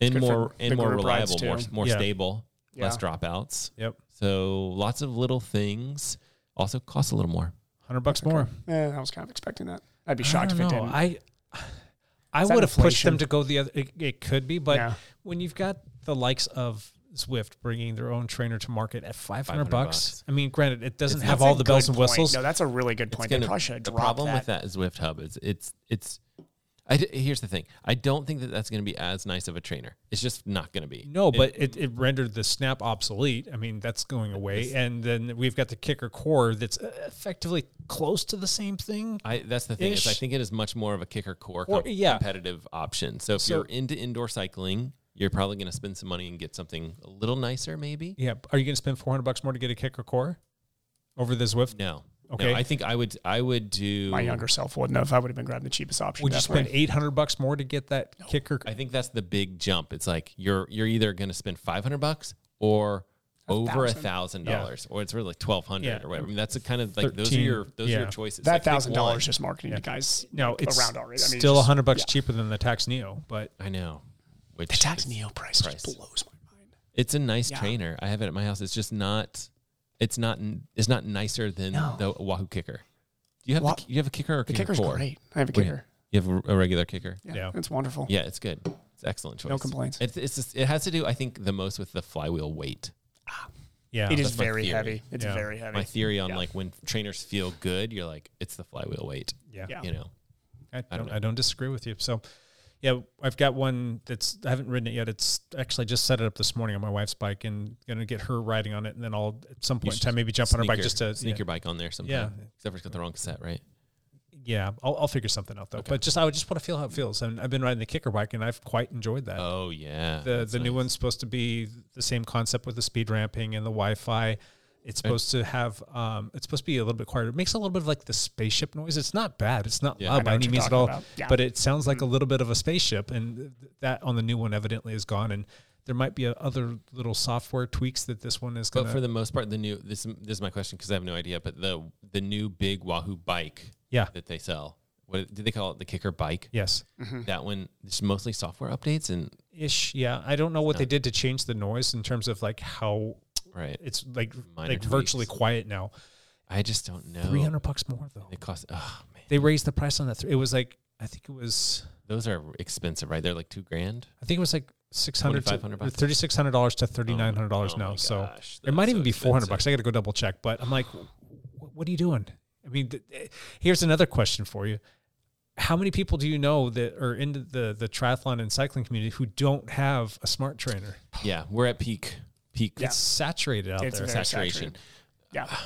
and good for more and big more group rides reliable, more too. more Yeah. stable, less Yeah. dropouts. yep, So lots of little things also cost a little more. hundred bucks more. Eh, I was kind of expecting that. I'd be shocked if it don't didn't. know. I I Is that would have pushed them inflation? to go the other. It, it could be, but Yeah. when you've got the likes of Zwift bringing their own trainer to market at five hundred 500 bucks, bucks. I mean, granted, it doesn't That's have a all the good bells and point. whistles. No, that's a really good point. they gonna- probably should the drop problem that. with that is Zwift Hub. It's it's it's. I d- here's the thing. I don't think that that's going to be as nice of a trainer. It's just not going to be. No, It- but it, it rendered the snap obsolete. I mean, that's going away. And then we've got the kicker core that's uh, effectively close to the same thing. I, that's the thing. Is I Ish. think it is much more of a kicker core Or- com- yeah. competitive option. So if So- you're into indoor cycling, you're probably going to spend some money and get something a little nicer, maybe. Yeah. Are you going to spend 400 bucks more to get a kicker core over the Zwift? No. Okay. No, I think I would. I would do. My younger self wouldn't have. I would have been grabbing the cheapest option. Would you definitely. spend 800 bucks more to get that kicker? I think that's the big jump. It's like you're you're either going to spend five hundred bucks or over a thousand dollars, or it's really like twelve hundred Yeah. or whatever. I mean, that's the kind of like those are 13, your those are yeah. your choices. Like, that pick thousand dollars one. just marketing to guys? no, like, it's around already. I mean, still just- 100 bucks cheaper than the Tax Neo, but I know. Which The Tax is- Neo price, price. just blows my mind. It's a nice trainer. I have it at my house. It's just not. It's not. It's not nicer than the Wahoo kicker. Do you have Wa- the, you have a kicker or a The kicker kicker's core? great. I have a What do you kicker. have? You have a regular kicker. Yeah, Yeah. it's wonderful. Yeah, it's good. It's an excellent choice. No complaints. It's, it's just, it has to do, I think, the most with the flywheel weight. yeah. It is my very theory. heavy. It's Yeah. very heavy. my theory on Yeah. like when trainers feel good, you're like, it's the flywheel weight. Yeah. Yeah. You know, I don't, I don't, disagree with you. So, yeah, I've got one that's I haven't ridden it yet. It's actually just set it up this morning on my wife's bike and gonna get her riding on it, and then I'll at some point in should time maybe jump on her bike Sneak your- just to sneak yeah, your bike on there sometime. Except for it's got the wrong cassette, right? yeah. I'll, I'll figure something out though. But just I would just want to feel how it feels, and I've been riding the kicker bike, and I've quite enjoyed that. Oh yeah. the the new one's supposed to be the same concept with the speed ramping and the Wi-Fi. It's supposed to have um, it's supposed to be a little bit quieter. It makes a little bit of like the spaceship noise. It's not bad. It's not I loud know by what any you're means at talking all. about. Yeah. But it sounds like a little bit of a spaceship, and th- that on the new one evidently is gone. And there might be a, other little software tweaks that this one is But going for to. the most part, the new this this is my question because I have no idea. But the the new big Wahoo bike Yeah. that they sell, what did they call it? The kicker bike. Yes. Mm-hmm. That one is mostly software updates and Ish. Yeah. I don't know what they did to change the noise in terms of like how right. it's like Minor like virtually tweaks. Oh. quiet now. I just don't know. Three hundred bucks more though. It costs. Oh man, They raised the price on that. Th- it was like I think it was those are expensive, right? They're like two grand. I think it was like six hundred, 2,500 bucks. thirty six hundred dollars to thirty nine hundred dollars oh now. my So gosh, it might that's even so be four hundred expensive. bucks. I got to go double check. But I'm like, "Wh- what are you doing? I mean, th- eh, here's another question for you: How many people do you know that are into the the triathlon and cycling community who don't have a smart trainer? Yeah, we're at peak peak It's saturated out It's there, very saturation. saturated. Yeah.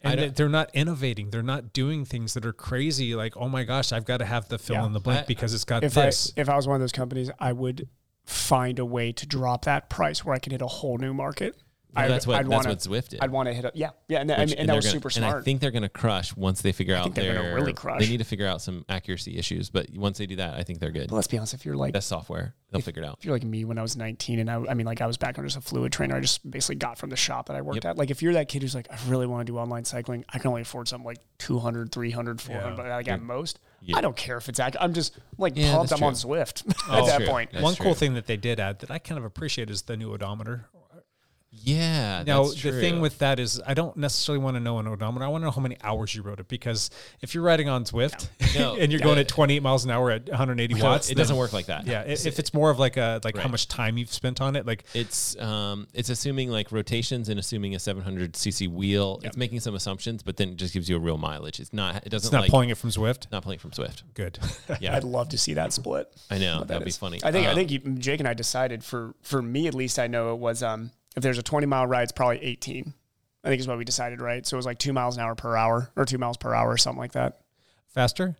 and they- they're not innovating. They're not doing things that are crazy. Like, oh my gosh, I've got to have the fill Yeah. in the blank I- because it's got If I this. if I was one of those companies, I would find a way to drop that price where I could hit a whole new market. Well, that's what- that's wanna- what Zwift did. I'd want to hit up. Yeah, yeah, and, Which- and- and that they're was gonna- super And I smart. think they're going to crush once they figure out think they're their. gonna really crush. They need to figure out some accuracy issues, but once they do that, I think they're good. but let's be honest, if you're like That's software. They'll figure it out. if you're like me when I was 19 and I, I mean, like I was back on just a fluid trainer. I just basically got from the shop that I worked at. Like if you're that kid who's like, I really want to do online cycling. I can only afford something like 200, 300, 400, but like at most, I don't care if it's accurate. I'm just like Yeah, pumped. I'm that's on true. Zwift at that true. point. That's One cool true. thing that they did add that I kind of appreciate is the new odometer. Yeah. Now, that's the thing true. with that is I don't necessarily want to know an odometer. I want to know how many hours you rode it because if you're riding on Zwift No. and you're Yeah. going at 28 miles an hour at 180 No, watts, it then- doesn't work like that. Yeah, i- if it's more of like a like how Right. much time you've spent on it, like It's um, it's assuming like rotations and assuming a 700 cc wheel. It's making some assumptions, but then it just gives you a real mileage. It's not. It doesn't. it's not like, pulling it from Zwift. Not pulling from Swift. Good. Yeah, I'd love to see that split. I know what that'd that be is. funny. I think I Um, think you, Jake and I decided for for me at least I know it was um if there's a 20 mile ride it's probably 18. I think is what we decided, right? So it was like two miles an hour per hour or two miles per hour or something like that. Faster?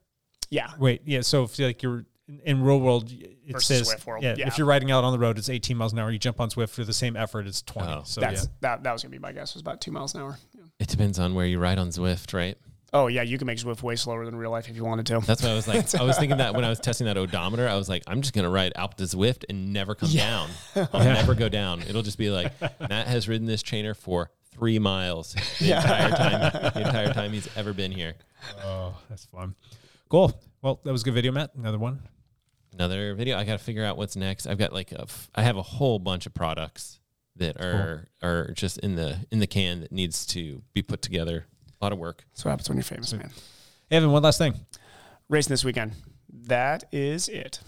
Yeah. Wait, yeah. So if like you're in- in real world, it Versus says Swift world, Yeah, yeah. If you're riding out on the road, it's 18 miles an hour. You jump on Swift for the same effort, it's 20. Oh. so That's yeah. that that was gonna be my guess was about two miles an hour. Yeah. it depends on where you ride on Zwift, right? Oh yeah, you can make Zwift way slower than real life if you wanted to. That's why I was like, I was thinking that when I was testing that odometer, I was like, I'm just gonna ride out to Zwift and never come down. I'll never go down. It'll just be like Matt has ridden this trainer for three miles the entire time, the entire time he's ever been here. Oh, that's fun. Cool. Well, that was a good video, Matt. Another one. Another video. I got to figure out what's next. I've got like a, f- I have a whole bunch of products that are are just in the in the can that needs to be put together. A lot of work. That's what happens when you're famous, man. Evan, one last thing. Racing this weekend. That is it.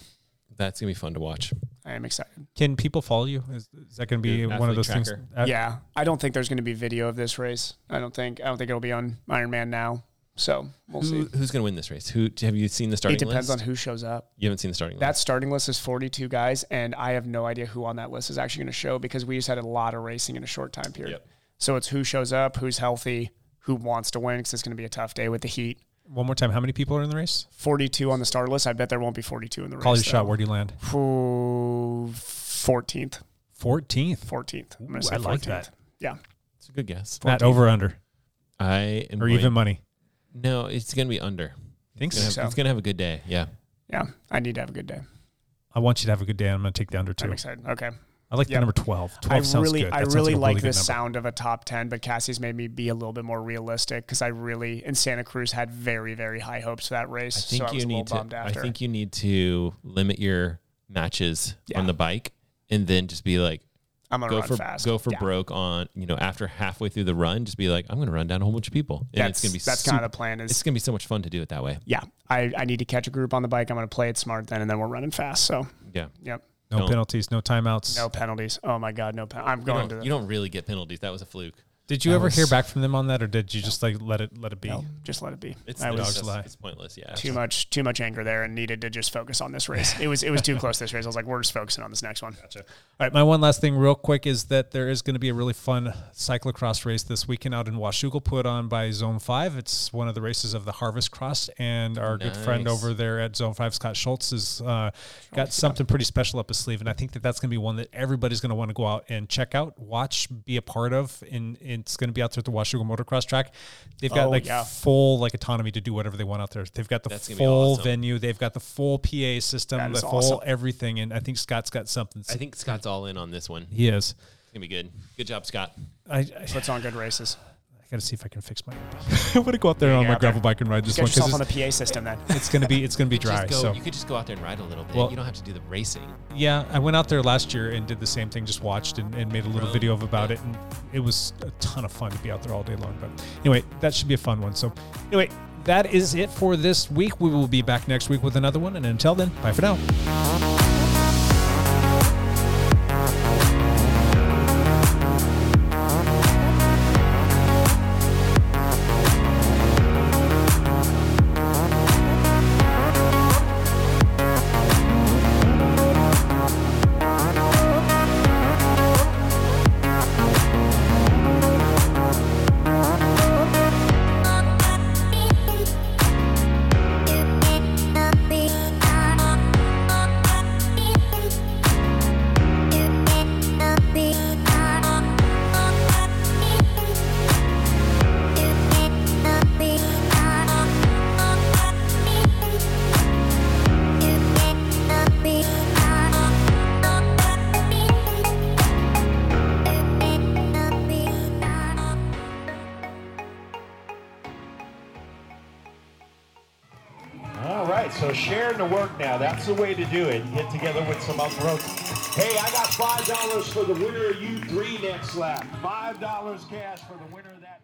That's gonna be fun to watch. I am excited. Can people follow you? Is, is that going to be Dude, one of athlete those things? tracker. Uh, yeah. I don't think there's gonna be video of this race. I don't think I don't think it'll be on Iron Man now. So we'll Who, see. who's gonna win this race? Who have you seen the starting It depends list? on who shows up. you haven't seen the starting That list. starting list is 42 guys, and I have no idea who on that list is actually going to show because we just had a lot of racing in a short time period. Yep. So it's who shows up, who's healthy, who wants to win because it's going to be a tough day with the heat. One more time. How many people are in the race? 42 on the start list. I bet there won't be 42 in the Call your race. shot. Where do you land? Ooh, 14th. 14th. 14th. I'm going Ooh, to say I like 14th. that. Yeah. It's a good guess. Matt, over or under I am or going- even money. No, it's gonna be under. Think It's gonna, have, so. so. it's gonna have a good day. Yeah. Yeah. I need to have a good day. I want you to have a good day. and I'm going to take the under I'm too. excited. Okay. I like the Yep. number 12. 12 I sounds really, good. That I sounds really a like good the number. sound of a top ten, but Cassie's made me be a little bit more realistic because I really and Santa Cruz had very, very high hopes for that race. I think so I was you a little need to. bummed after. I think you need to limit your matches on the bike, and then just be like, I'm gonna go run for fast. go for Yeah. broke on. You know, after halfway through the run, just be like, I'm gonna run down a whole bunch of people, and That's it's gonna be that's super, kind of the plan. Is It's gonna be so much fun to do it that way. yeah, I, I need to catch a group on the bike. I'm gonna play it smart then, and then we're running fast. So Yeah. yep, No Don't- penalties, no timeouts. no penalties. Oh my god, no penalties. I'm You going to don't, the you don't really get penalties. That was a fluke. Did you ever hear back from them on that, or did you just like let it let it be? no, just let it be. It's I the was dog's lie. It's pointless. Yeah. too much too much anger there, and needed to just focus on this race. It was it was too close this race. I was like, we're just focusing on this next one. Gotcha. All right, my one last thing, real quick, is that there is going to be a really fun cyclocross race this weekend out in Washugal, put on by Zone Five. It's one of the races of the Harvest Cross, and our good friend Nice. Oh, over there at Zone Five, Scott Schultz, has uh, got something pretty special up his sleeve, and I think that that's going to be one that everybody's going to want to go out and check out, watch, be a part of, and it's going to be out there at the Washugal Motocross Track. They've got Oh, like yeah. full like autonomy to do whatever they want out there. They've got the That's gonna be full awesome. venue, they've got the full PA That system, the is full awesome. everything, and I think Scott's got something. I think Scott's all in on this one. It's he is. gonna be good. Good job, Scott. I, I Puts on good races. I gotta see if I can fix my. I want to go out there on get my out there. gravel bike and ride this Get one yourself on because the PA it's, system then. it's gonna be it's gonna be dry. Just go, So you could just go out there and ride a little bit. Well- you don't have to do the racing. yeah, I went out there last year and did the same thing. Just watched and, and made a little video of about it, and it was a ton of fun to be out there all day long. But anyway, that should be a fun one. So anyway, that is it for this week. We will be back next week with another one, and until then, bye for now. Thank you. right, so sharing the work now. That's the way to do it. Get together with some other roads. Hey, I got $5 for the winner of you three next lap. $5 cash for the winner of that.